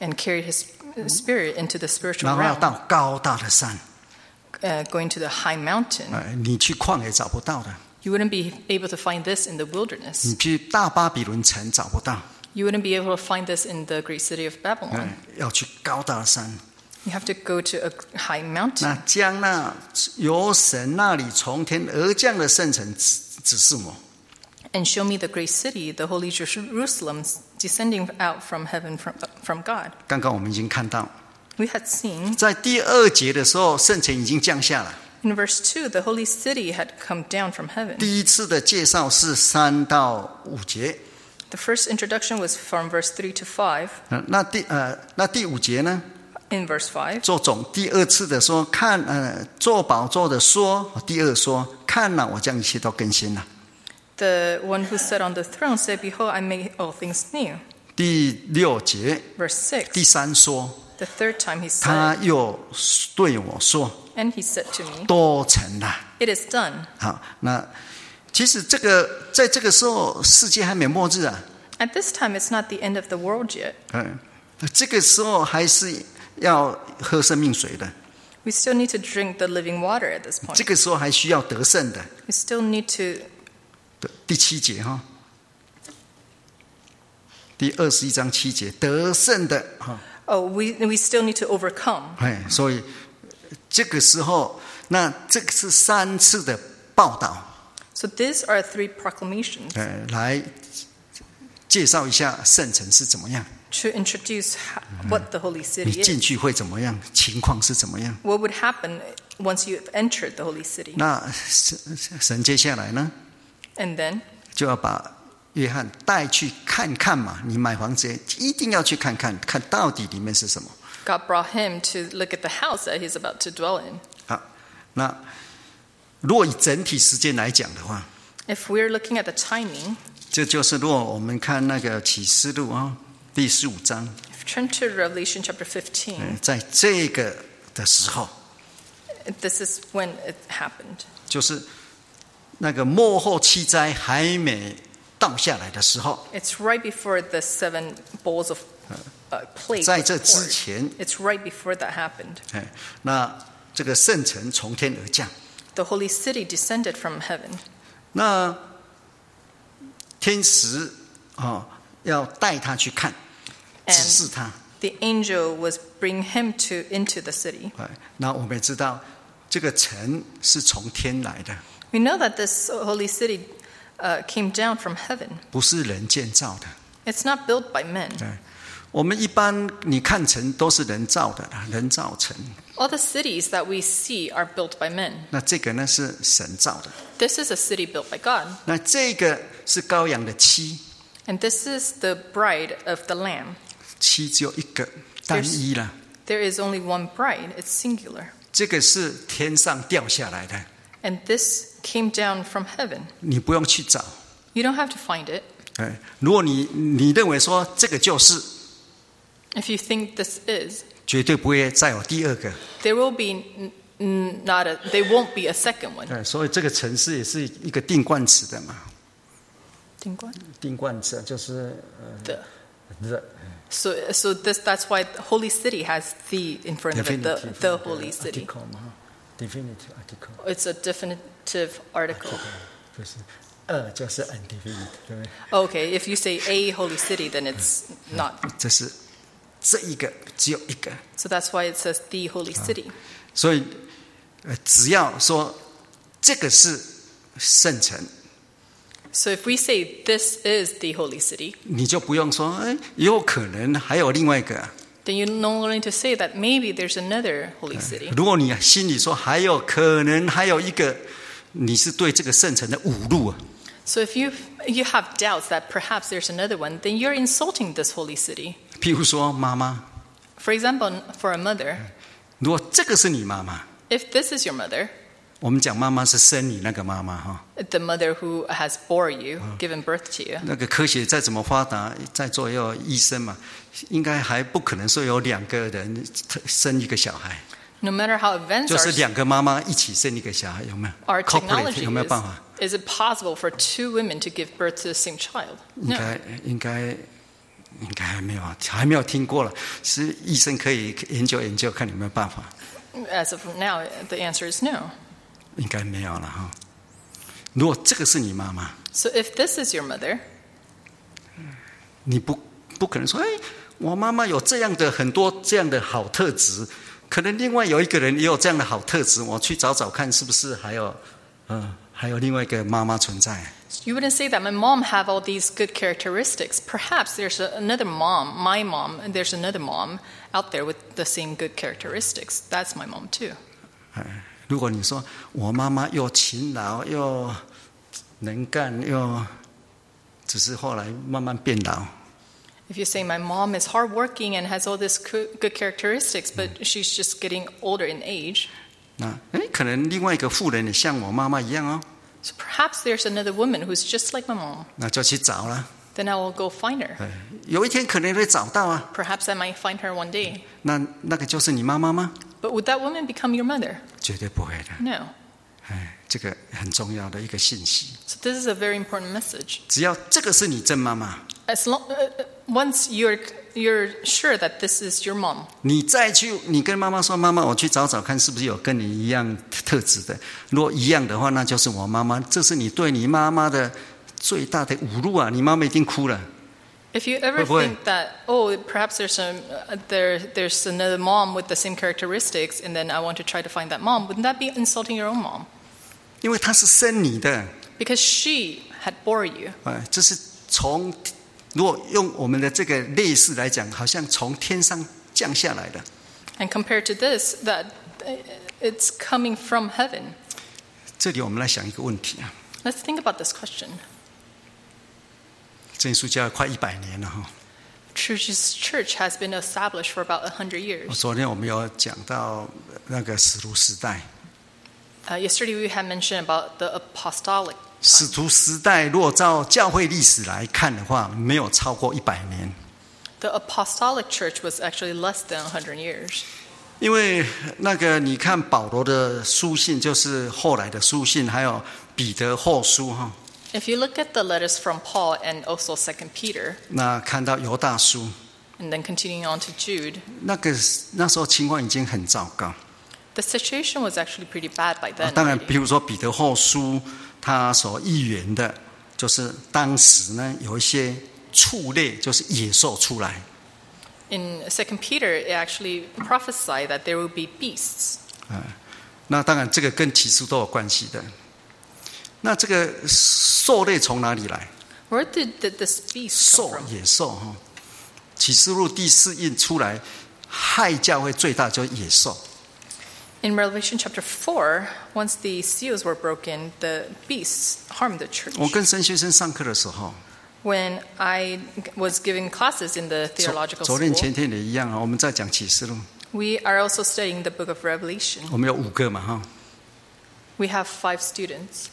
Speaker 2: and carry his spirit into the spiritual
Speaker 1: 然后要
Speaker 2: realm,
Speaker 1: 到高大的山，
Speaker 2: uh, going to the high mountain.
Speaker 1: 哎，你去旷野找不到的，
Speaker 2: You wouldn't be able to find this in the
Speaker 1: 你
Speaker 2: wilderness.
Speaker 1: 去大巴比伦城找不到，
Speaker 2: You wouldn't be able to find this in the great city of
Speaker 1: 哎
Speaker 2: Babylon.
Speaker 1: 要去高大的山。”
Speaker 2: You have to go to a high
Speaker 1: 那
Speaker 2: mountain.
Speaker 1: 将那由神那里从天而降的圣城指指示我，
Speaker 2: And show me the great city, the holy Jerusalem, descending out from heaven from, uh, from God.
Speaker 1: 刚刚我们已经看到，
Speaker 2: We had seen
Speaker 1: 在第二节的时候，圣城已经降下了。
Speaker 2: in verse 2 the holy city had come down from heaven.
Speaker 1: 第一次的介绍是三到五节，
Speaker 2: The first introduction was from verse 3 to 5.
Speaker 1: 呃那第呃，那第五节呢？
Speaker 2: In verse 5,
Speaker 1: 做总第二次的说，看呃，做宝座的说，哦第二说，看了、我将一切都更新了。
Speaker 2: the one who sat on the throne said, Behold, I make all things new.
Speaker 1: 第六节，
Speaker 2: Verse 6,
Speaker 1: 第三说，
Speaker 2: the third time he
Speaker 1: 他
Speaker 2: said,
Speaker 1: 又对我说，
Speaker 2: And he said to me,
Speaker 1: 多成了。
Speaker 2: It is done.
Speaker 1: 好，那其实这个在这个时候，世界还没末日啊，
Speaker 2: At this time, it's not the end of the world yet.
Speaker 1: 嗯，这个时候还是要喝生命水的，
Speaker 2: We still need to drink the living water at this
Speaker 1: 这
Speaker 2: point.
Speaker 1: 个时候还需要得胜的。
Speaker 2: We still need to.
Speaker 1: 对第七节哈，第二十一章七节，得胜的哈，
Speaker 2: Oh, we, we still need to overcome.
Speaker 1: 哎，所以这个时候，那这个是三次的报道，
Speaker 2: So these are three proclamations
Speaker 1: 呃，来介绍一下圣城是怎么样，
Speaker 2: to introduce ho- what the holy
Speaker 1: 你
Speaker 2: city
Speaker 1: 进
Speaker 2: is.
Speaker 1: 去会怎么样，情况是怎么样。
Speaker 2: What would happen once you have entered the holy city?
Speaker 1: 那神神接下来呢，
Speaker 2: And then
Speaker 1: 就要把约翰带去看看嘛。你买房子一定要去看看，看到底里面是什么
Speaker 2: God brought him to look at the house that he's about to dwell in.
Speaker 1: 啊？那如果以整体时间来讲的话，
Speaker 2: If we're looking at the timing,
Speaker 1: 这就是如果我们看那个启示录啊、第十五章，
Speaker 2: if you turn to Revelation chapter
Speaker 1: 嗯
Speaker 2: 15,
Speaker 1: 在这个的时候，
Speaker 2: this is when it happened.
Speaker 1: 就是那个幕后七灾还没倒下来的时候，
Speaker 2: It's right before the seven bowls of uh, plague.
Speaker 1: 在
Speaker 2: was
Speaker 1: 这之
Speaker 2: poured.
Speaker 1: 前，
Speaker 2: It's right before that happened.
Speaker 1: 哎，那这个圣城从天而降。
Speaker 2: The holy city descended from heaven.
Speaker 1: 那天使啊、哦要带他去看，指
Speaker 2: And
Speaker 1: 示他。
Speaker 2: the angel was bring him to into the city.
Speaker 1: 哎，那我们也知道这个城是从天来的，
Speaker 2: We know that this holy city uh, came down from heaven.
Speaker 1: 不是人建造的。
Speaker 2: It's not built by men.
Speaker 1: 对，我们一般你看城都是人造的，人造城。
Speaker 2: All the cities that we see are built by men.
Speaker 1: 那这个呢是神造的，
Speaker 2: This is a city built by God,
Speaker 1: 那这个是羔羊的妻，
Speaker 2: and this is the bride of the Lamb.
Speaker 1: 妻只有一个，单一了。
Speaker 2: There is only one bride, it's singular.
Speaker 1: 这个是天上掉下来的，
Speaker 2: And this came down from heaven.
Speaker 1: 你不用去找，
Speaker 2: You don't have to find it.
Speaker 1: 哎，如果你你认为说这个就是，
Speaker 2: If you think this is,
Speaker 1: 绝对不会再有第二个。
Speaker 2: there will be n- n- not a, there won't be a second one.
Speaker 1: 对，哎所以这个城市也是一个定冠词的嘛，
Speaker 2: Think what?
Speaker 1: 定冠词就是呃
Speaker 2: The.
Speaker 1: 热
Speaker 2: So, so this, that's why the holy city has the in front of it, the, the holy city.
Speaker 1: definitive article
Speaker 2: It's a definitive article.
Speaker 1: 不是二就是 undefinite，对不对？
Speaker 2: Okay, if you say a holy city, then it's not.
Speaker 1: 这是这一个只有一个，
Speaker 2: So that's why it says the holy city.
Speaker 1: 所以呃只要说这个是圣城，
Speaker 2: So if we say this is the holy city,
Speaker 1: 你就不用说哎，也有可能还有另外一个啊、
Speaker 2: then you're no longer going to say that maybe there's another holy city.
Speaker 1: 如果你啊心里说还有可能还有一个，你是对这个圣城的侮辱啊！
Speaker 2: So if you you have doubts that perhaps there's another one, then you're insulting this holy city.
Speaker 1: 譬如说妈妈，
Speaker 2: For example, for a mother,
Speaker 1: 如果这个是你妈妈，
Speaker 2: if this is your mother,
Speaker 1: 我们讲妈妈是生你那个妈妈哈，
Speaker 2: the mother who has bore you, given birth to you,
Speaker 1: 那个科学再怎么发达，在座也有医生嘛，应该还不可能说有两个人生一个小孩，
Speaker 2: no matter how advanced
Speaker 1: 就是
Speaker 2: our,
Speaker 1: 两个妈妈一起生一个小孩，有没有
Speaker 2: our
Speaker 1: ？Corporate
Speaker 2: technology
Speaker 1: 有没有办法？
Speaker 2: is, is it possible for two women to give birth to the same child?
Speaker 1: 应
Speaker 2: No.
Speaker 1: 该应该应该还没有，啊还没有听过了。是医生可以研究研究，看有没有办法。
Speaker 2: As of now, the answer is no.
Speaker 1: 应该没有了哈。如果这个是你妈妈，
Speaker 2: So if this is your mother,
Speaker 1: 你不不可能说，哎，我妈妈有这样的很多这样的好特质，可能另外有一个人也有这样的好特质，我去找找看是不是还有，呃，还有另外一个妈妈存在。
Speaker 2: you wouldn't say that my mom have all these good characteristics. Perhaps there's a, another mom, my mom, and there's another mom out there with the same good characteristics. That's my mom too.
Speaker 1: 哎，如果你说我妈妈又勤劳又能干又，只是后来慢慢变老，
Speaker 2: If you say my mom is hardworking and has all these co- good characteristics, but she's just getting older in age,
Speaker 1: 那哎，可能另外一个妇人也像我妈妈一样哦，
Speaker 2: so perhaps there's another woman who's just like my mom.
Speaker 1: 那就去找了。
Speaker 2: Then I will go find her.
Speaker 1: 哎，有一天可能会找到啊。
Speaker 2: Perhaps I might find her one day.
Speaker 1: 那那个就是你妈妈吗？
Speaker 2: But would that woman become your mother?
Speaker 1: 绝对不会的。
Speaker 2: No.
Speaker 1: 哎，这个很重要的一个信息。
Speaker 2: So this is a very important message.
Speaker 1: 只要这个是你真妈妈，
Speaker 2: As long, uh, uh, once you're you're sure that this is your mom,
Speaker 1: 你再去，你跟妈妈说：“妈妈，我去找找看，是不是有跟你一样特质的？如果一样的话，那就是我妈妈。这是你对你妈妈的最大的侮辱啊！你妈妈一定哭了。
Speaker 2: if you ever
Speaker 1: Wait, wait.
Speaker 2: think that oh perhaps there's some uh, there there's another mom with the same characteristics, and then I want to try to find that mom, wouldn't that be insulting your own mom?
Speaker 1: 因为她是生你的，
Speaker 2: Because she had bore you.
Speaker 1: 哎，这是从如果用我们的这个类似来讲，好像从天上降下来的。
Speaker 2: And compared to this, that uh, it's coming from heaven.
Speaker 1: 这里我们来想一个问题啊，
Speaker 2: Let's think about this question.
Speaker 1: 这书教了快一百年了哈。
Speaker 2: True Jesus Church has been established for about 100 years.
Speaker 1: 昨天我们有讲到那个使徒时代，
Speaker 2: Uh, yesterday we had mentioned about the apostolic.
Speaker 1: 使徒时代若照教会历史来看的话，没有超过一百年，
Speaker 2: The apostolic church was actually less than 100 years.
Speaker 1: 因为那个你看保罗的书信，就是后来的书信，还有彼得后书哈，
Speaker 2: If you look at the letters from Paul and also 2 Peter,
Speaker 1: 那看到犹大书，
Speaker 2: and then continuing on to Jude,
Speaker 1: 那个那时候情况已经很糟糕
Speaker 2: the situation was actually pretty bad by
Speaker 1: 啊
Speaker 2: then.
Speaker 1: 当然，
Speaker 2: already.
Speaker 1: 比如说彼得后书，他所预言的，就是当时呢有一些畜类，就是野兽出来。
Speaker 2: In 2 Peter, it actually prophesied that there would be beasts.
Speaker 1: 啊那当然，这个跟起诉都有关系的。那这个兽类从哪里来？
Speaker 2: Where did, did this beast
Speaker 1: 兽
Speaker 2: come from?
Speaker 1: 野兽哈，启示录第四印出来，害教会最大就是野兽。
Speaker 2: In Revelation chapter 4, once the seals were broken, the beasts harmed the church.
Speaker 1: 我跟神学生上课的时候，
Speaker 2: When I was giving classes in the
Speaker 1: 昨
Speaker 2: theological
Speaker 1: 昨天前
Speaker 2: school,
Speaker 1: 天也一样啊，我们在讲启示录，
Speaker 2: we are also studying the book of Revelation.
Speaker 1: 我们有五个嘛哈，
Speaker 2: We have five students,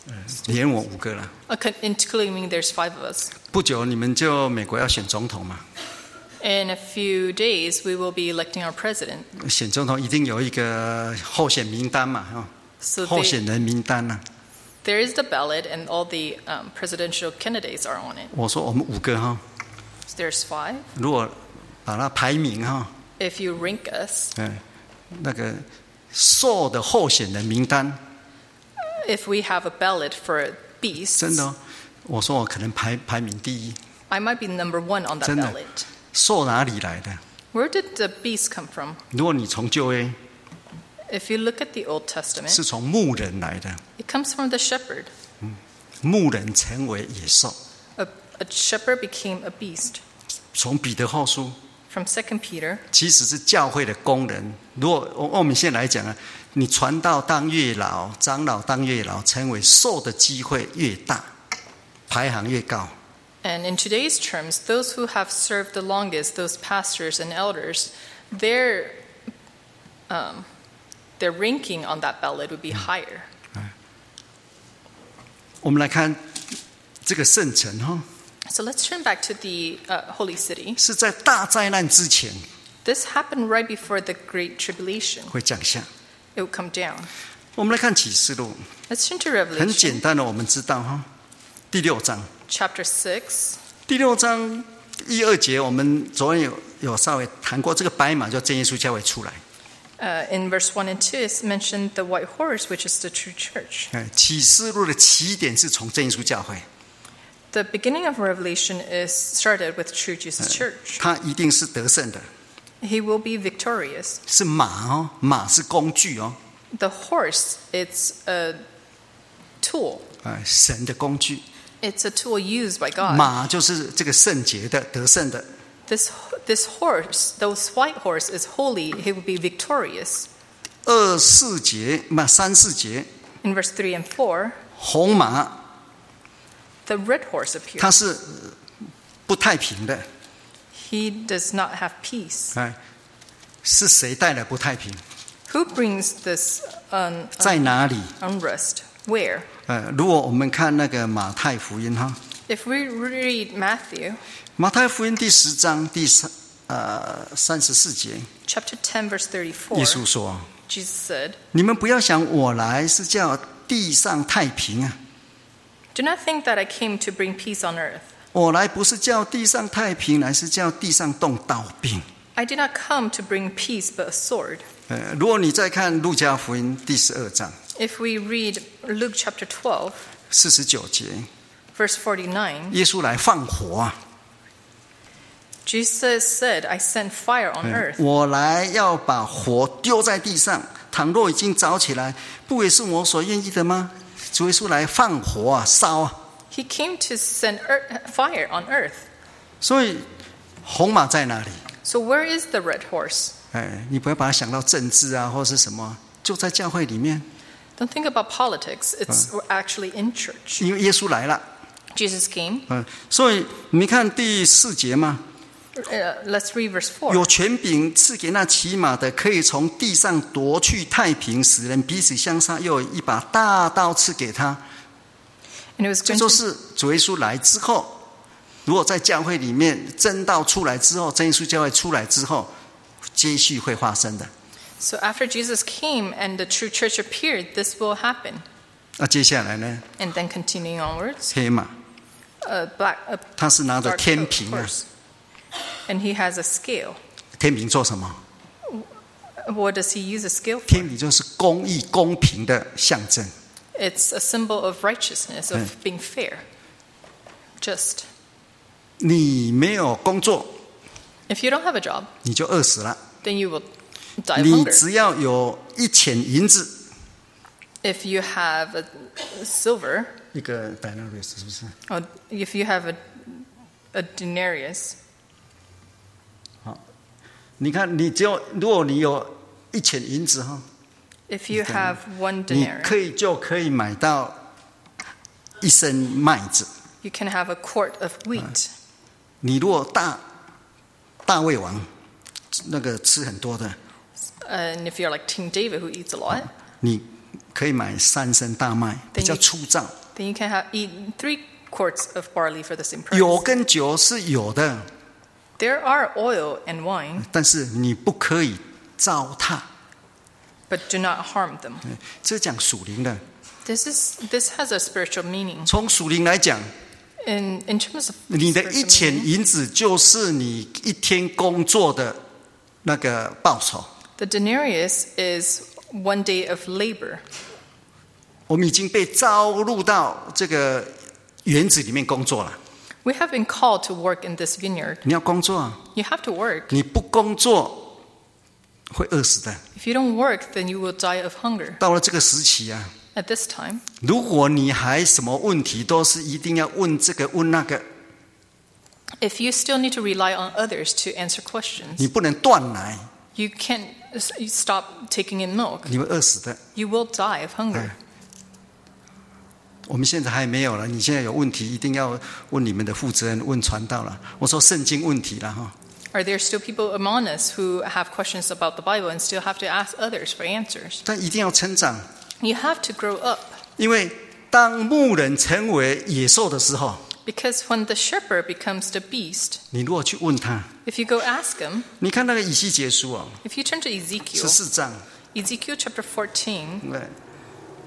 Speaker 1: 连我五个了。
Speaker 2: uh, con- including there's five of us.
Speaker 1: 不久你们就美国要选总统嘛，
Speaker 2: In a few days, we will be electing our president.
Speaker 1: 选总统一定有一个候选名单嘛，哈、
Speaker 2: So
Speaker 1: 候
Speaker 2: they,
Speaker 1: 选人名单啊呢、
Speaker 2: there is the ballot, and all the um, presidential candidates are on it.
Speaker 1: 我说我们五个哈、
Speaker 2: There's five.
Speaker 1: 如果把它排名哈、
Speaker 2: If you rank us,
Speaker 1: 嗯，那个瘦的候选人名单，
Speaker 2: if we have a ballot for beasts,
Speaker 1: 真的哦、我说我可能排排名第一，
Speaker 2: I might be number one on that
Speaker 1: 真的。
Speaker 2: ballot.
Speaker 1: 瘦哪里来的？
Speaker 2: Where did the beast come from?
Speaker 1: 如果你从旧约，
Speaker 2: If you look at the Old Testament,
Speaker 1: 是从牧人来的，
Speaker 2: it comes from the shepherd.
Speaker 1: 牧人成为野兽。
Speaker 2: A, a shepherd became a beast.
Speaker 1: 从彼得后书，
Speaker 2: From 2 Peter,
Speaker 1: 其实是教会的工人。如果我我们现在来讲啊，你传道当月老，长老当月老，成为受的机会越大，排行越高。
Speaker 2: and in today's terms, those who have served the longest, those pastors and elders, their, um, their ranking on that ballot would be higher.
Speaker 1: 我们来看这个圣城哈，
Speaker 2: So let's turn back to the uh, holy city.
Speaker 1: 是在大灾难之前
Speaker 2: This happened right before the Great Tribulation.
Speaker 1: 会降下。
Speaker 2: It would come down.
Speaker 1: 我们来看启示录，
Speaker 2: Let's turn to
Speaker 1: 很简
Speaker 2: Revelation
Speaker 1: 单的，我们知道哈，第六章，
Speaker 2: chapter 6.
Speaker 1: 第六章一二节，我们昨天有有稍微谈过，这个白马叫真耶稣教会出来，
Speaker 2: Uh, in verse 1 and 2, it's mentioned the white horse, which is the true church.
Speaker 1: 哎，启示录的起点是从真耶稣教会，
Speaker 2: The beginning of Revelation is started with true Jesus church.
Speaker 1: 他一定是得胜的，
Speaker 2: He will be victorious.
Speaker 1: 是马哦，马是工具哦，
Speaker 2: The horse, it's a tool.
Speaker 1: 哎，神的工具，
Speaker 2: It's a tool used by God.
Speaker 1: 马就是这个圣洁的得胜的，
Speaker 2: This this horse, those white horse, is holy. He will be victorious.
Speaker 1: 二四节嘛三四节，
Speaker 2: In verse three and four,
Speaker 1: 红马
Speaker 2: the red horse appears.
Speaker 1: 它是呃不太平的，
Speaker 2: He does not have peace.
Speaker 1: 哎，是谁带来不太平？
Speaker 2: Who brings this um,
Speaker 1: 在哪里？
Speaker 2: unrest? Where?
Speaker 1: 呃，如果我们看那个马太福音哈，
Speaker 2: If we read Matthew
Speaker 1: 马太福音第十章第三呃三十四节，
Speaker 2: chapter 10, verse 34,
Speaker 1: 耶稣说
Speaker 2: Jesus said,：“
Speaker 1: 你们不要想我来是叫地上太平啊，
Speaker 2: Do not think that I came to bring peace on earth.
Speaker 1: 我来不是叫地上太平，乃是叫地上动刀兵。
Speaker 2: I did not come to bring peace, but a sword. ”
Speaker 1: 呃，如果你再看路加福音第十二章
Speaker 2: If we read Luke chapter 12,
Speaker 1: 四十九节，
Speaker 2: verse 49,
Speaker 1: 耶稣来放火啊，
Speaker 2: Jesus said, I sent fire on
Speaker 1: 嗯
Speaker 2: earth.
Speaker 1: 我来要把火丢在地上，倘若已经着起来，不也是我所愿意的吗？主耶稣来放火啊，烧啊！
Speaker 2: He came to send ear fire on earth.
Speaker 1: 所以红马在哪里？
Speaker 2: So where is the red horse?
Speaker 1: 哎，你不要把它想到政治啊，或是什么，就在教会里面，
Speaker 2: Don't think about politics. It's we're actually in church.
Speaker 1: 因为耶稣来了，
Speaker 2: Jesus came.
Speaker 1: 嗯，所以你看第四节嘛，
Speaker 2: Uh, let's read verse 4.
Speaker 1: 有权柄赐给那骑马的，可以从地上夺去太平，使人彼此相杀；又有一把大刀赐给他，
Speaker 2: and it was
Speaker 1: 这
Speaker 2: going
Speaker 1: 就
Speaker 2: to
Speaker 1: 是主耶稣来之后，如果在教会里面真道出来之后，真耶稣教会出来之后，接续会发生的。
Speaker 2: So after Jesus came and the true church appeared, this will happen.
Speaker 1: 那接下来呢？
Speaker 2: And then continuing onwards,
Speaker 1: 黑马，
Speaker 2: a black a
Speaker 1: 他是拿着
Speaker 2: dark
Speaker 1: 天
Speaker 2: coat
Speaker 1: 平啊，
Speaker 2: horse, and he has a scale.
Speaker 1: 天平做什么？
Speaker 2: What does he use a scale for?
Speaker 1: 天平就是公义、公平的象征。
Speaker 2: It's a symbol of righteousness, of being fair. Just
Speaker 1: 你没有工作，
Speaker 2: if you don't have a job,
Speaker 1: 你就饿死了；
Speaker 2: then you will die of
Speaker 1: 你
Speaker 2: hunger.
Speaker 1: 只要有一钱银子，
Speaker 2: If you have a silver,
Speaker 1: 一个 denarius 是不是？
Speaker 2: or if you have a a denarius,
Speaker 1: 你看，你只有如果你有一钱银子哈，
Speaker 2: if you
Speaker 1: Okay.
Speaker 2: have one
Speaker 1: 你
Speaker 2: denarius,
Speaker 1: 可以就可以买到一升麦子。
Speaker 2: you can have a quart of wheat.
Speaker 1: 你如果大大胃王，那个吃很多的，
Speaker 2: And if you're like King David who eats a lot,
Speaker 1: 你可以买三升大麦，比较粗糙。
Speaker 2: then you can have eat three quarts of barley for the same price.
Speaker 1: 油跟酒是有的，
Speaker 2: There are oil and wine,
Speaker 1: 但是你不可以糟蹋。
Speaker 2: but do not harm them.
Speaker 1: 这讲属灵的，
Speaker 2: This is this has a spiritual meaning.
Speaker 1: 从属灵来讲，
Speaker 2: In in terms of
Speaker 1: 你的一
Speaker 2: spiritual
Speaker 1: 钱
Speaker 2: meaning,
Speaker 1: 银子就是你一天工作的那个报酬。
Speaker 2: the denarius is one day of labor.
Speaker 1: 我们已经被招入到这个园子里面工作了。
Speaker 2: We have been called to work in this vineyard.
Speaker 1: 你要工作，啊，
Speaker 2: You have to work.
Speaker 1: 你不工作会饿死的。
Speaker 2: If you don't work, then you will die of hunger.
Speaker 1: 到了这个时期啊，
Speaker 2: At this time,
Speaker 1: 如果你还什么问题都是一定要问这个问那个，
Speaker 2: if you still need to rely on others to answer questions,
Speaker 1: 你不能断奶，
Speaker 2: you can't s- you stop taking in milk.
Speaker 1: 你会饿死的。
Speaker 2: You will die of hunger.
Speaker 1: 我们现在还没有了，你现在有问题一定要问你们的负责人，问传道了。我说圣经问题了哈，
Speaker 2: Are there still people among us who have questions about the Bible and still have to ask others for answers?
Speaker 1: 但一定要成长，
Speaker 2: You have to grow up
Speaker 1: 因为当牧人成为野兽的时候，
Speaker 2: because when the shepherd becomes the beast,
Speaker 1: 你如果去问他，
Speaker 2: if you go ask him,
Speaker 1: 你看那个以西结书哦，
Speaker 2: if you turn to
Speaker 1: 十
Speaker 2: Ezekiel,
Speaker 1: 四章，
Speaker 2: Ezekiel chapter 14,
Speaker 1: 对，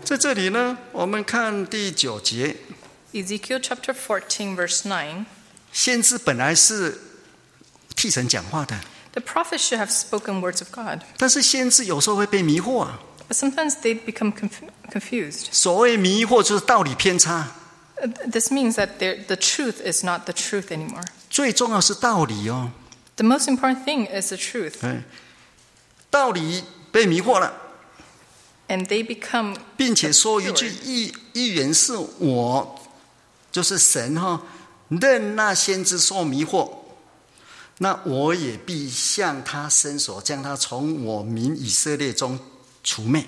Speaker 1: 在这里呢，我们看第九节，
Speaker 2: Ezekiel chapter 14 verse 9,
Speaker 1: 先知本来是替神讲话的，
Speaker 2: the prophet should have spoken words of God,
Speaker 1: 但是先知有时候会被迷惑啊。
Speaker 2: but sometimes they become conf- confused.
Speaker 1: 所谓迷惑，就是道理偏差，
Speaker 2: Uh, th- This means that there- the truth is not the truth anymore.
Speaker 1: 最重要是道理哦。
Speaker 2: The most important thing is the truth,
Speaker 1: 哎，道理被迷惑了。
Speaker 2: and they become
Speaker 1: 并且说一句
Speaker 2: Sure.
Speaker 1: 预预言是我，就是神哈、任那先知受迷惑，那我也必向他伸手，将他从我民以色列中除灭。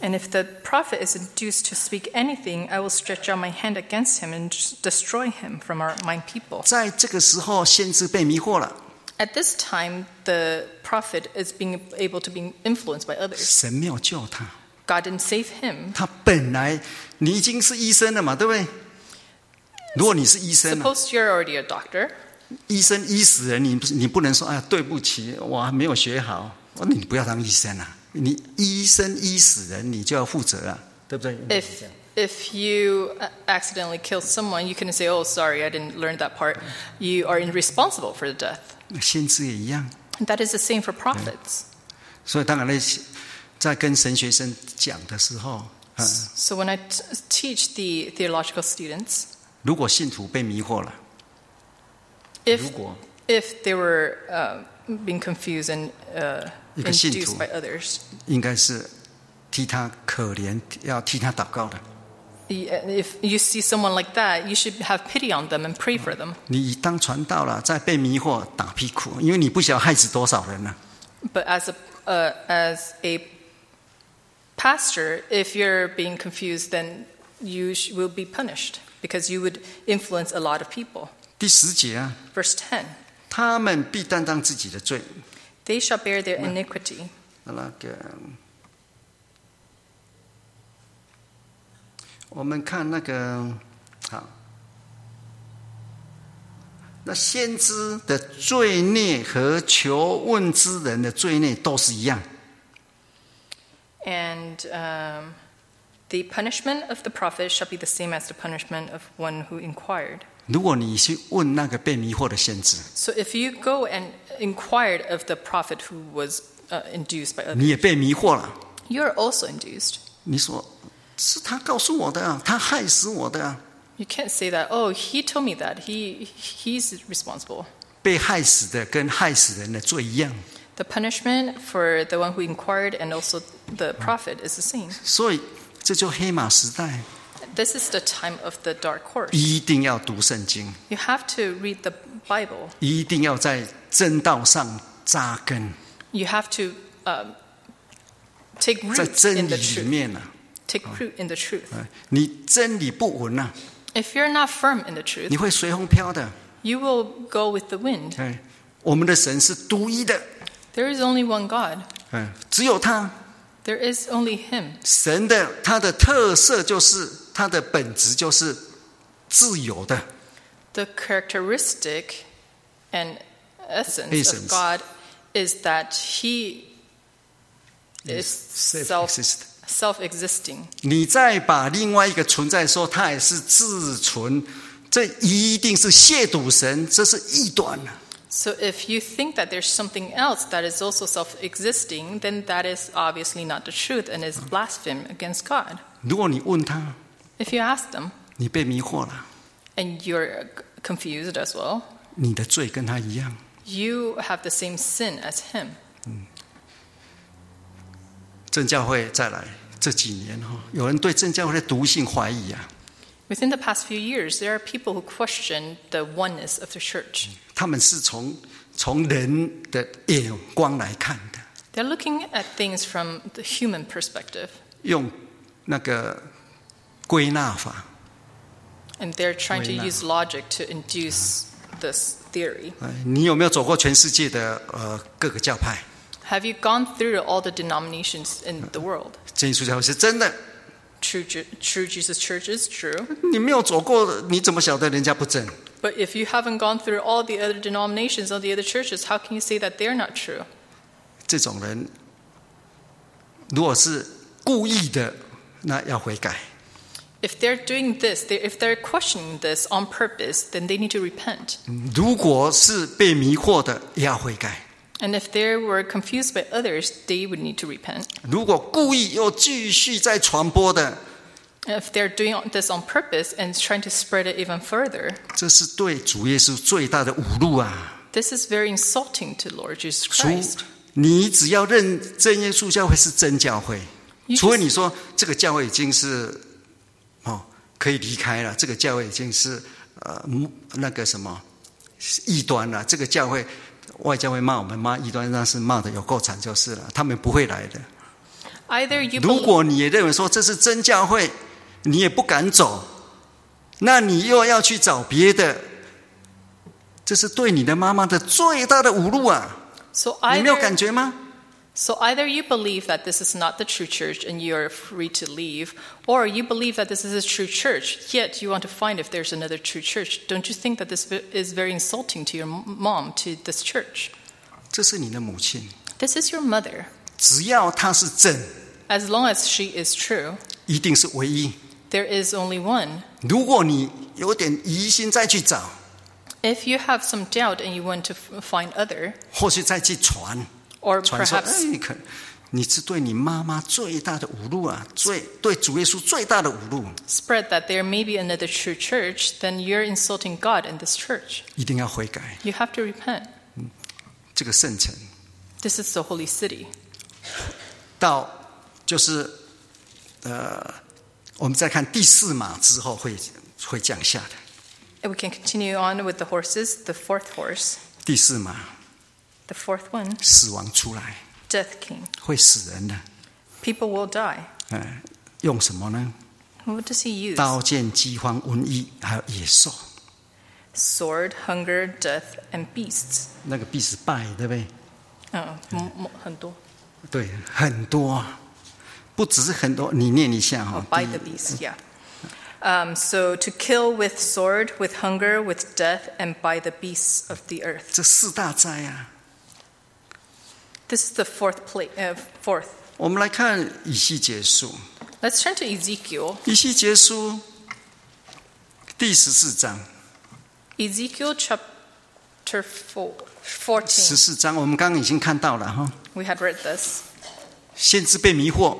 Speaker 2: And if the prophet is induced to speak anything, I will stretch out my hand against him and just destroy him from our, my people.
Speaker 1: 在这个时候，先知被迷惑了，
Speaker 2: At this time, the prophet is being able to be influenced by others.
Speaker 1: 神没有救他。
Speaker 2: God didn't save him.
Speaker 1: 他本来你已经是医生了嘛，对不对？如果你是医生、啊，
Speaker 2: Suppose you're already a doctor.
Speaker 1: 医生医死人，你不是你不能说哎呀对不起，我还没有学好，我说你不要当医生啊！你医生医死人，你就要负责啊，对不对？
Speaker 2: If if you uh, accidentally kill someone, you couldn't say, "Oh, sorry, I didn't learn that part." You are responsible for the death.
Speaker 1: 先知也一样，
Speaker 2: And that is the same for prophets.
Speaker 1: 所以当然那些在跟神学生讲的时候，啊，
Speaker 2: So when I t- teach the theological students,
Speaker 1: 如果信徒被迷惑了，如
Speaker 2: if
Speaker 1: 果
Speaker 2: if they were uh, being confused and uh,
Speaker 1: 一个信
Speaker 2: induced
Speaker 1: 徒
Speaker 2: by others,
Speaker 1: 应该是替他可怜，要替他祷告的。
Speaker 2: uh, if you see someone like that, you should have pity on them and pray for them.
Speaker 1: 你当传道了，再被迷惑打屁股，因为你不晓得害死多少人啊了、
Speaker 2: But as a uh, as a pastor, if you're being confused, then you sh- will be punished because you would influence a lot of people.
Speaker 1: 第十节啊，
Speaker 2: Verse ten:
Speaker 1: 他们必担当自己的罪。
Speaker 2: They shall bear their iniquity.
Speaker 1: 那个，我们看那个好，那先知的罪孽和求问之人的罪孽都是一样，
Speaker 2: And um, the punishment of the prophet shall be the same as the punishment of one who inquired.
Speaker 1: 如果你去问那个被迷惑的先知，
Speaker 2: So if you go and inquired of the prophet who was uh, induced by others,
Speaker 1: 你也被迷惑了，
Speaker 2: you are also induced.
Speaker 1: 你说是他告诉我的啊，他害死我的啊，
Speaker 2: You can't say that. Oh, he told me that. He he's responsible.
Speaker 1: 被害死的跟害死人的罪一样，
Speaker 2: The punishment for the one who inquired and also the prophet is the same.
Speaker 1: 所以这就黑马时代，
Speaker 2: This is the time of the dark horse.
Speaker 1: 一定要读圣经。
Speaker 2: You have to read the Bible.
Speaker 1: 一定要在正道上扎根，
Speaker 2: You have to um, take
Speaker 1: 在
Speaker 2: root
Speaker 1: 真
Speaker 2: in
Speaker 1: 理
Speaker 2: the
Speaker 1: 里
Speaker 2: truth.
Speaker 1: 面呢、
Speaker 2: Take root in the truth.
Speaker 1: 啊，你真理不稳呢、啊
Speaker 2: If you're not firm in the
Speaker 1: 你
Speaker 2: truth,
Speaker 1: 会随风飘的。
Speaker 2: you will go with the wind.
Speaker 1: 哎，我们的神是独一的，
Speaker 2: There is only one God.
Speaker 1: 哎，只有他，
Speaker 2: There is only Him.
Speaker 1: 神的它的特色就是它的本质就是自由的，
Speaker 2: The characteristic and essence
Speaker 1: Essence.
Speaker 2: of God is that He is self
Speaker 1: self-exist-
Speaker 2: self existing.
Speaker 1: 你再把另外一个存在说它也是自存，这一定是亵渎神，这是异端啊！
Speaker 2: So if you think that there's something else that is also self existing, then that is obviously not the truth and is blasphemy against God.
Speaker 1: 如果你问他，
Speaker 2: If you ask them,
Speaker 1: 你被迷惑了，
Speaker 2: and you're confused as well,
Speaker 1: 你的罪跟他一样。
Speaker 2: you have the same sin as Him.
Speaker 1: 正教会再来这几年哈，有人对正教会的毒性怀疑啊，
Speaker 2: Within the past few years, there are people who question the oneness of the church.
Speaker 1: 他们是从从人的眼光来看的，
Speaker 2: They're looking at things from the human perspective,
Speaker 1: 用那个归纳法
Speaker 2: and they're trying to
Speaker 1: Wait, no.
Speaker 2: use logic to induce this theory.
Speaker 1: 哎，你有没有走过全世界的呃各个教派？
Speaker 2: Have you gone through all the denominations in the world?
Speaker 1: 真耶稣教会是真的，
Speaker 2: True, Ju- true Jesus Church is true,
Speaker 1: 你没有走过，你怎么晓得人家不真？
Speaker 2: but if you haven't gone through all the other denominations, all the other churches, how can you say that they're not true?
Speaker 1: 这种人如果是故意的，那要悔改。
Speaker 2: If they're doing this, they, if they're questioning this on purpose, then they need to repent.
Speaker 1: 如果是被迷惑的，也要悔改。
Speaker 2: And if they were confused by others, they would need to repent.
Speaker 1: 如果故意又继续在传播的，
Speaker 2: And if they're doing this on purpose and trying to spread it even further,
Speaker 1: 这是对主耶稣最大的侮辱啊！
Speaker 2: this is very insulting to Lord Jesus
Speaker 1: 主
Speaker 2: Christ.，
Speaker 1: 你只要认真耶稣教会是真教会，
Speaker 2: You
Speaker 1: 除非你
Speaker 2: just,
Speaker 1: 说这个教会已经是哦可以离开了，这个教会已经是呃嗯那个什么是异端了，这个教会外教会骂我们骂异端，那是骂的有够惨就是了，他们不会来的。
Speaker 2: either you
Speaker 1: 如
Speaker 2: believe,
Speaker 1: 果你也认为说这是真教会，你也不敢走，那你又要去找别的，这是对你的妈妈的最大的侮辱啊！
Speaker 2: so
Speaker 1: 你没有感
Speaker 2: either
Speaker 1: 觉吗？
Speaker 2: so either you believe that this is not the true church and you're free to leave, or you believe that this is a true church, yet you want to find if there's another true church. Don't you think that this ve- is very insulting to your m- mom, to this church?
Speaker 1: 这是你的母亲，
Speaker 2: This is your mother.
Speaker 1: 只要她是正，
Speaker 2: As long as she is true,
Speaker 1: 一定是唯一。
Speaker 2: there is only one.
Speaker 1: 如果你有点疑心再去找，
Speaker 2: If you have some doubt and you want to f- find other,
Speaker 1: 或是再去传
Speaker 2: or
Speaker 1: 传说，哎
Speaker 2: perhaps，
Speaker 1: 你可你是对你妈妈最大的侮辱啊！最对主耶稣最大的侮辱，
Speaker 2: spread that there may be another true church, then you're insulting God and this church.
Speaker 1: 一定要悔改。
Speaker 2: You have to repent.
Speaker 1: 这个圣城
Speaker 2: This is the holy city.
Speaker 1: 到就是呃，我们再看第四码之后会会降下的。
Speaker 2: And we can continue on with the horses. The fourth horse,
Speaker 1: 第四码，
Speaker 2: the fourth one,
Speaker 1: 死亡出来
Speaker 2: Death King.
Speaker 1: 会死人的，
Speaker 2: People will die.
Speaker 1: 嗯、呃，用什么呢？
Speaker 2: What does he use?
Speaker 1: 刀剑、饥荒、瘟疫，还有野兽。
Speaker 2: Sword, hunger, death, and beasts.
Speaker 1: 那个必死败，对不对？
Speaker 2: Oh, m- m- 很多。
Speaker 1: 对，很多啊，不只是很多，你念一下哈、
Speaker 2: or
Speaker 1: 哦。
Speaker 2: by the beast, yeah. Um, so to kill with sword, with hunger, with death, and by the beasts of the earth.
Speaker 1: 这四大灾啊，
Speaker 2: This is the fourth plate. Uh, fourth.
Speaker 1: 我们来看以西结束，
Speaker 2: Let's turn to Ezekiel.
Speaker 1: 以西结书第十四章，
Speaker 2: Ezekiel chapter four,
Speaker 1: 十
Speaker 2: 14.
Speaker 1: 四章我们刚刚已经看到了哈、
Speaker 2: We had read this.
Speaker 1: 先知被迷惑，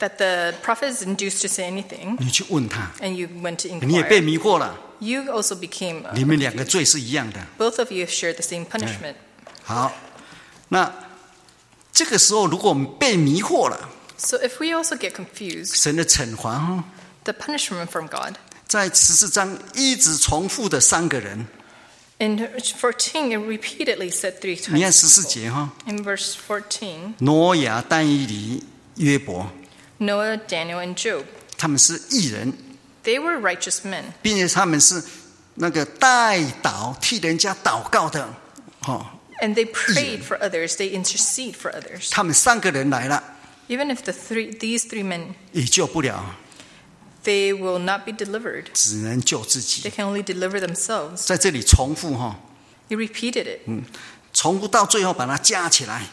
Speaker 2: That the prophet is induced to say anything,
Speaker 1: 你去问他，
Speaker 2: and you went to
Speaker 1: 你也被
Speaker 2: inquire.
Speaker 1: 迷惑了，
Speaker 2: You also became. uh,
Speaker 1: 你们两个罪是一样的。
Speaker 2: both of you shared the same punishment.
Speaker 1: 好，那这个时候如果我们被迷惑了，
Speaker 2: So if we also get confused,
Speaker 1: 神的惩罚哈，
Speaker 2: the punishment from God.
Speaker 1: 在十四章一直重复的三个人，
Speaker 2: In 14, it repeatedly said three times.
Speaker 1: 你看十四节哈，
Speaker 2: In verse 14,
Speaker 1: 挪亚、但以理、约伯，
Speaker 2: Noah, Daniel, and Job,
Speaker 1: 他们是艺人，
Speaker 2: they were righteous men.
Speaker 1: 并且他们是那个代祷替人家祷告的，哦，
Speaker 2: And they prayed for others, they intercede for others.
Speaker 1: 他们三个人来了，
Speaker 2: Even if the three, these three men,
Speaker 1: 也救不了，
Speaker 2: they will not be delivered.
Speaker 1: 只能救自
Speaker 2: They
Speaker 1: 己。
Speaker 2: can only deliver themselves.
Speaker 1: 在这里重复哦哈，
Speaker 2: He repeated it,
Speaker 1: 重复嗯到最后把它加起来，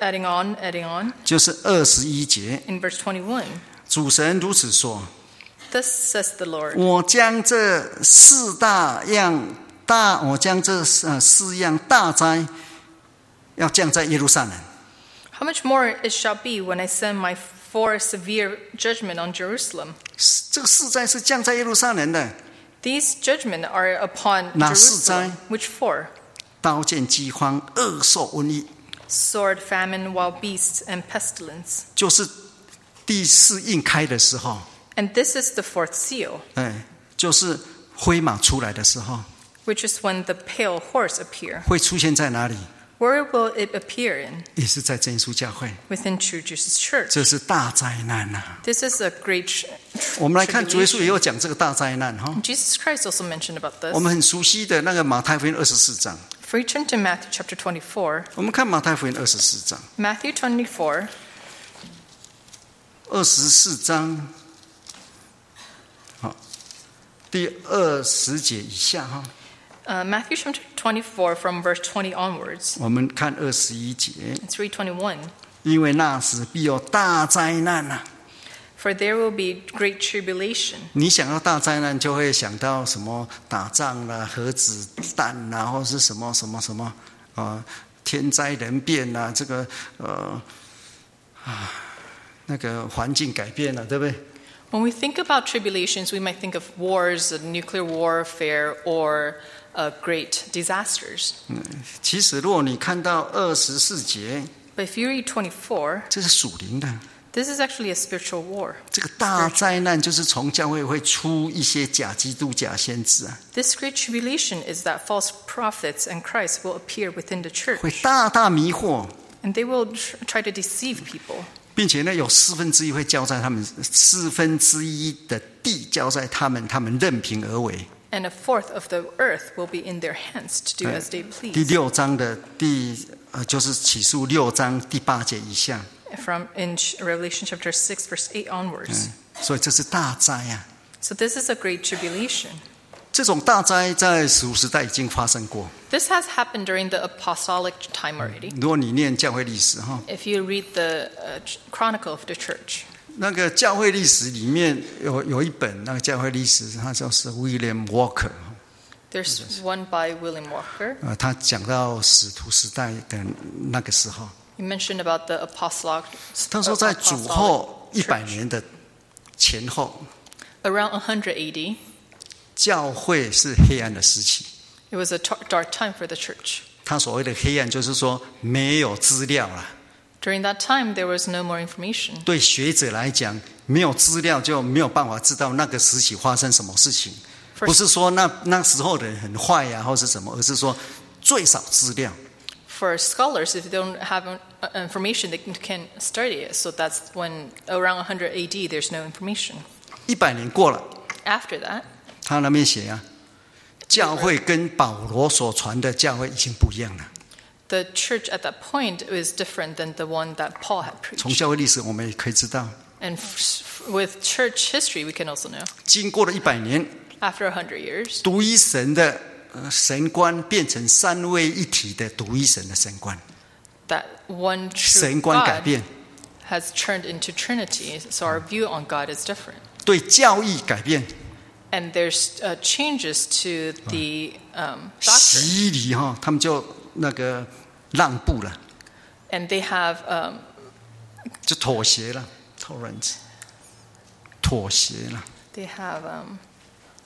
Speaker 2: adding on, adding on.
Speaker 1: 就是二十一节，
Speaker 2: In verse 21,
Speaker 1: 主神如此说：
Speaker 2: thus says the Lord.
Speaker 1: 我将这四大样大，我将这呃四样大灾要降在耶路撒冷。
Speaker 2: How much more it shall be when I send my four severe judgment on Jerusalem?
Speaker 1: 是这个四灾是降在耶路撒冷的，
Speaker 2: These judgment are upon
Speaker 1: Nah, suzai.
Speaker 2: Jerusalem. Which four?
Speaker 1: 刀剑、饥荒、恶兽、瘟疫，
Speaker 2: Sword, famine, wild beasts, and pestilence.
Speaker 1: 就是第四印开的时候，
Speaker 2: And this is the fourth seal,
Speaker 1: 哎，就是灰马出来的时候，
Speaker 2: which is when the pale horse appear.
Speaker 1: 会出现在哪里？
Speaker 2: Where will it appear in?
Speaker 1: 也是在真耶稣教会，
Speaker 2: Within True Jesus Church.
Speaker 1: 这是大灾难啊呐、
Speaker 2: This is a great. tr-
Speaker 1: 我们来看主耶稣也
Speaker 2: tribulation.
Speaker 1: 有讲这个大灾难哈、
Speaker 2: Jesus Christ also mentioned about
Speaker 1: 我
Speaker 2: this.
Speaker 1: 们很熟悉的那个马太福音二十四章，
Speaker 2: If we turn to Matthew chapter 24,
Speaker 1: 我们看马太福音二十四章，
Speaker 2: Matthew 24,
Speaker 1: 二十四章，好，第二十节以下哈，
Speaker 2: uh, Matthew chapter 24 from verse 20 onwards.
Speaker 1: 我们看二十一节，
Speaker 2: It's 321.
Speaker 1: 因为那时必有大灾难啊呐、
Speaker 2: For there will be great tribulation.
Speaker 1: 你想到大灾难，就会想到什么打仗啦、核子弹啦，或是什么什么什么啊、呃天灾人变啦，这个呃啊，那个环境改变了，对不对？
Speaker 2: When we think about tribulations, we might think of wars, uh, nuclear warfare, or uh, great disasters.
Speaker 1: 其实，如果你看到二十四节，
Speaker 2: But if you read 24,
Speaker 1: 这是属灵的，
Speaker 2: this is actually a spiritual war.
Speaker 1: 这个大灾难就是从教会会出一些假基督、假先知啊，
Speaker 2: This great tribulation is that false prophets and Christ will appear within the
Speaker 1: 会
Speaker 2: church,
Speaker 1: 大大迷惑，
Speaker 2: and they will tr- try to deceive people.
Speaker 1: 并且呢，有四分之一会交在他们四分之一的地交在他们，他们任凭而为。
Speaker 2: And a fourth of the earth will be in their hands to do as they
Speaker 1: 第
Speaker 2: please.
Speaker 1: 六章的第呃，就是起诉六章第八节以下，
Speaker 2: From in Ch- Revelation chapter 6, verse 8 onwards.
Speaker 1: 所以这是大灾啊！
Speaker 2: So this is a great tribulation.
Speaker 1: 这种大灾在史无时代已经发生过。
Speaker 2: This has happened during the apostolic time already.
Speaker 1: 如果你念教会历史哈，
Speaker 2: If you read the uh, ch- Chronicle of the Church,
Speaker 1: 那个教会历史里面有有一本那个教会历史，它叫是 William Walker，
Speaker 2: there's one by William Walker.
Speaker 1: 呃，他讲到使徒时代的那个时候，
Speaker 2: You mentioned about the apostolic.
Speaker 1: 他说在主后一百年的前后，
Speaker 2: Around 100 AD, it
Speaker 1: 教会是黑暗的时期。
Speaker 2: was a tar- dark time for the church.
Speaker 1: 他所谓的黑暗，就是说没有资料了。
Speaker 2: During that time, there was no more information.
Speaker 1: 对学者来讲，没有资料就没有办法知道那个时期发生什么事情。
Speaker 2: For,
Speaker 1: 不是说那那时候的人很坏呀、或是什么，而是说最少资料。
Speaker 2: for scholars, if they don't have uh, information, they can- can't study it. So that's when, around 100 AD, there's no information.
Speaker 1: 一百年过了，
Speaker 2: After that,
Speaker 1: 他那边写啊，教会跟保罗所传的教会已经不一样了。
Speaker 2: the church at that point was different than the one that Paul had
Speaker 1: 从
Speaker 2: preached.
Speaker 1: 教会历史我们也可以知道，
Speaker 2: And f- f- with church history, we can also know.
Speaker 1: 经过了一百年，
Speaker 2: After 100 years,
Speaker 1: 独一神的呃神官变成三位一体的独一神的神官，
Speaker 2: that one true
Speaker 1: 神官改
Speaker 2: God
Speaker 1: 变，
Speaker 2: has turned into Trinity, so our view on God is different.
Speaker 1: 对教义改变，
Speaker 2: And there's uh, changes to the um, doctrine,
Speaker 1: 洗礼哈，他们就那个让步了。
Speaker 2: and they have um,
Speaker 1: 就妥协了，tolerance，妥协了。
Speaker 2: they have um,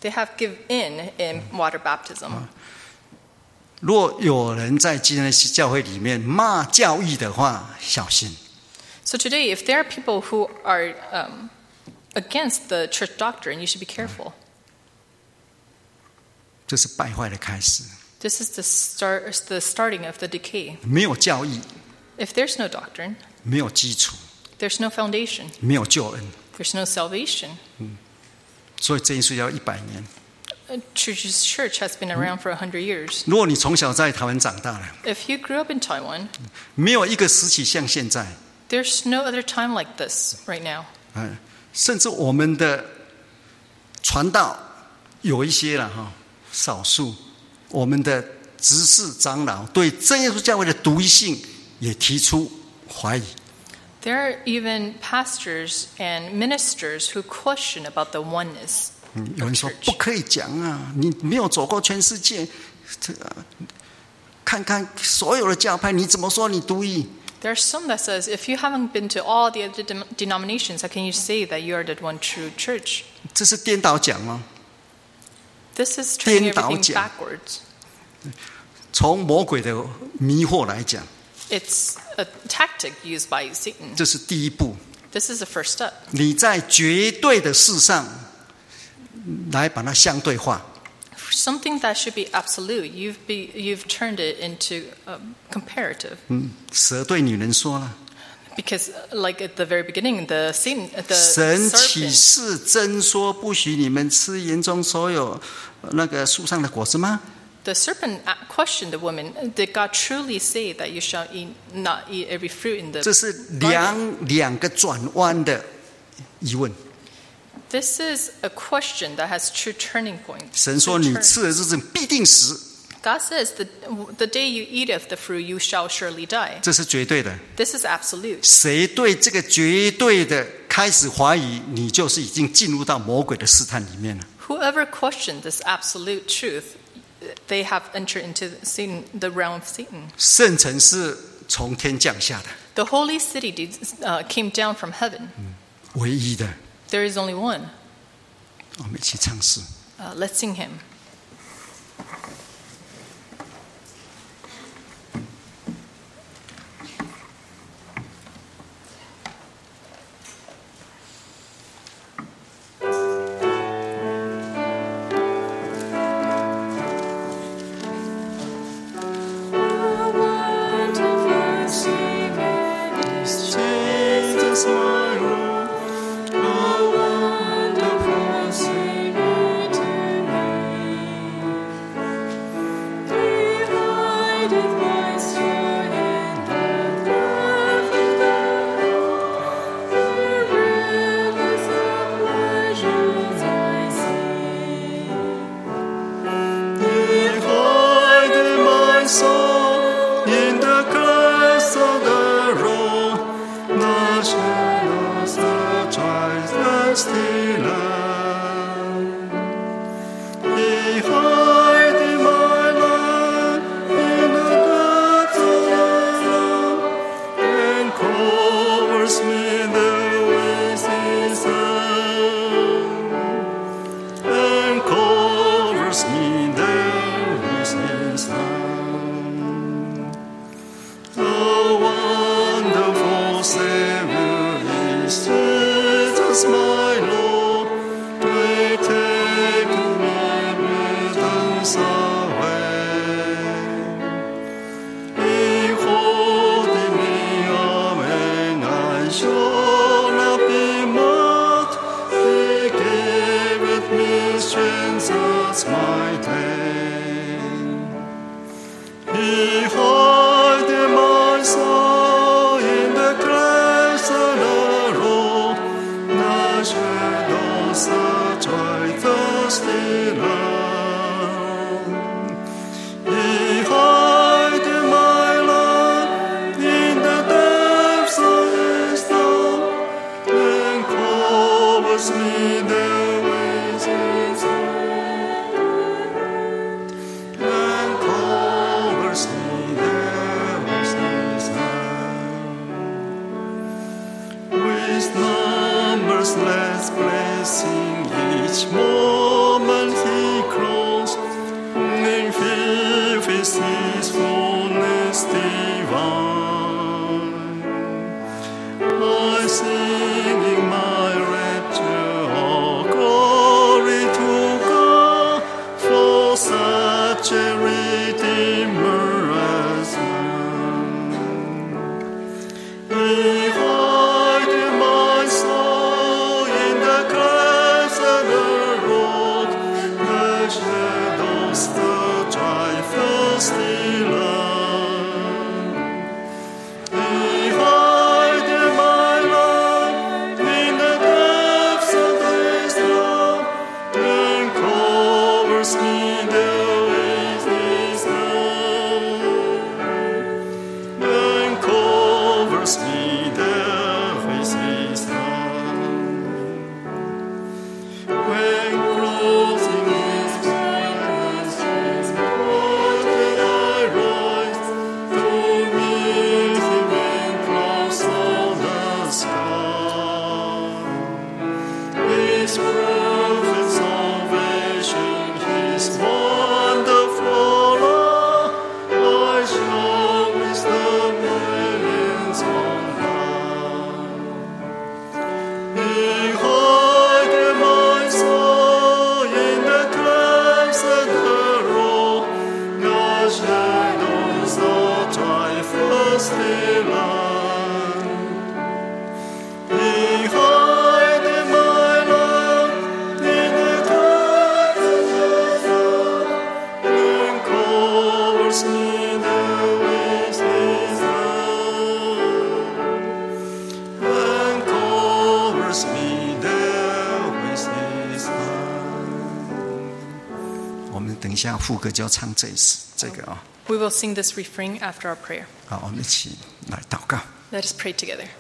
Speaker 2: they have give in in water baptism.
Speaker 1: 如果有人在基督教会里面骂教义的话，小心，
Speaker 2: So today, if there are people who are um, against the church doctrine, you should be careful.
Speaker 1: 这是败坏的开始。
Speaker 2: This is the start, the starting of the decay.
Speaker 1: 没有教义，
Speaker 2: If there's no doctrine,
Speaker 1: 没有基础，
Speaker 2: there's no foundation.
Speaker 1: 没有救恩，
Speaker 2: There's no salvation.
Speaker 1: 所以这一稣要一百年。
Speaker 2: Uh, Church's church has been around for 100 years.
Speaker 1: 如果你从小在台湾长大了，
Speaker 2: If you grew up in Taiwan,
Speaker 1: 没有一个时期像现在，
Speaker 2: There's no other time like this right now.
Speaker 3: 嗯，甚至我们的传道有一些了哈，少数我们的执事长老对真耶稣教会的独一性也提出怀疑。
Speaker 2: There are even pastors and ministers who question about the oneness.
Speaker 3: 嗯，有
Speaker 2: of
Speaker 3: 人说
Speaker 2: church.
Speaker 3: 不可以讲啊，你没有走过全世界，这个看看所有的教派，你怎么说你独一？
Speaker 2: There are some that says if you haven't been to all the other dem- denominations, how can you say that you are the one true church?
Speaker 3: 这是颠倒讲哦吗？
Speaker 2: This is turning
Speaker 3: 颠倒讲。
Speaker 2: everything backwards.
Speaker 3: 从魔鬼的迷惑来讲，
Speaker 2: It's a tactic used by Satan.
Speaker 3: 这是第一步。
Speaker 2: This is the first step.
Speaker 3: 你在绝对的事上来把它相对化，
Speaker 2: For something that should be absolute, you've be, you've turned it into um, comparative.
Speaker 3: 嗯，蛇对女人说了，
Speaker 2: Because, uh, like at the very beginning, the Satan, the
Speaker 3: 神启
Speaker 2: serpent
Speaker 3: 示真说不许你们吃园中所有呃那个树上的果子吗？
Speaker 2: The serpent a- questioned the woman, Did God truly say that you shall eat, not eat every fruit in the
Speaker 3: 这是
Speaker 2: garden?"
Speaker 3: 两两个转弯的疑问。
Speaker 2: This is a question that has two turning points.
Speaker 3: 神
Speaker 2: two
Speaker 3: 说：“你
Speaker 2: turns.
Speaker 3: 吃的日子必定死，
Speaker 2: God says, the, the day you eat of the fruit, you shall surely die.
Speaker 3: 这是绝对的。
Speaker 2: This is absolute.
Speaker 3: 谁对这个绝对的开始怀疑，你就是已经进入到魔鬼的试探里面了。
Speaker 2: Whoever questioned this absolute truth, they have entered into Satan, the realm of Satan.
Speaker 3: 圣城是从天降下的，
Speaker 2: The holy city did, uh, came down from heaven.
Speaker 3: 唯一的。
Speaker 2: There is only one.
Speaker 3: 我们一起唱诗。”
Speaker 2: Uh, let's sing him.
Speaker 1: 你怀的满手，引得歌颂的荣，那是那色彩的希望。你怀的满了，引得歌颂的荣，and covers me the ways in song and covers me there with his hand. The wonderful Savior is Jesus, my Lord. They take me with away. He holding me up and I shall not be mocked. He giveth me strength as my day. He hideth my soul in the clefts of the rock. The shadows that dry the still land. He hideth my love in the depths of his love and covers me there with his hand, and covers me there with his hand. With numbers less blessing each moment he grows, and filled with his fullness divine. I sing in my rapture, oh, glory to God for such a redeemer as mine. He hideth my soul in the clefts of the rock, the shadows that I first loved.
Speaker 4: across the land. He hideth my love in the depths of the earth, and covers me there with his love. And covers me there with his love.
Speaker 1: 我们等一下副歌就要唱这一次这个啊、
Speaker 2: We will sing this refrain after our prayer.
Speaker 1: 好，我们一起来祷告。
Speaker 2: Let us pray together.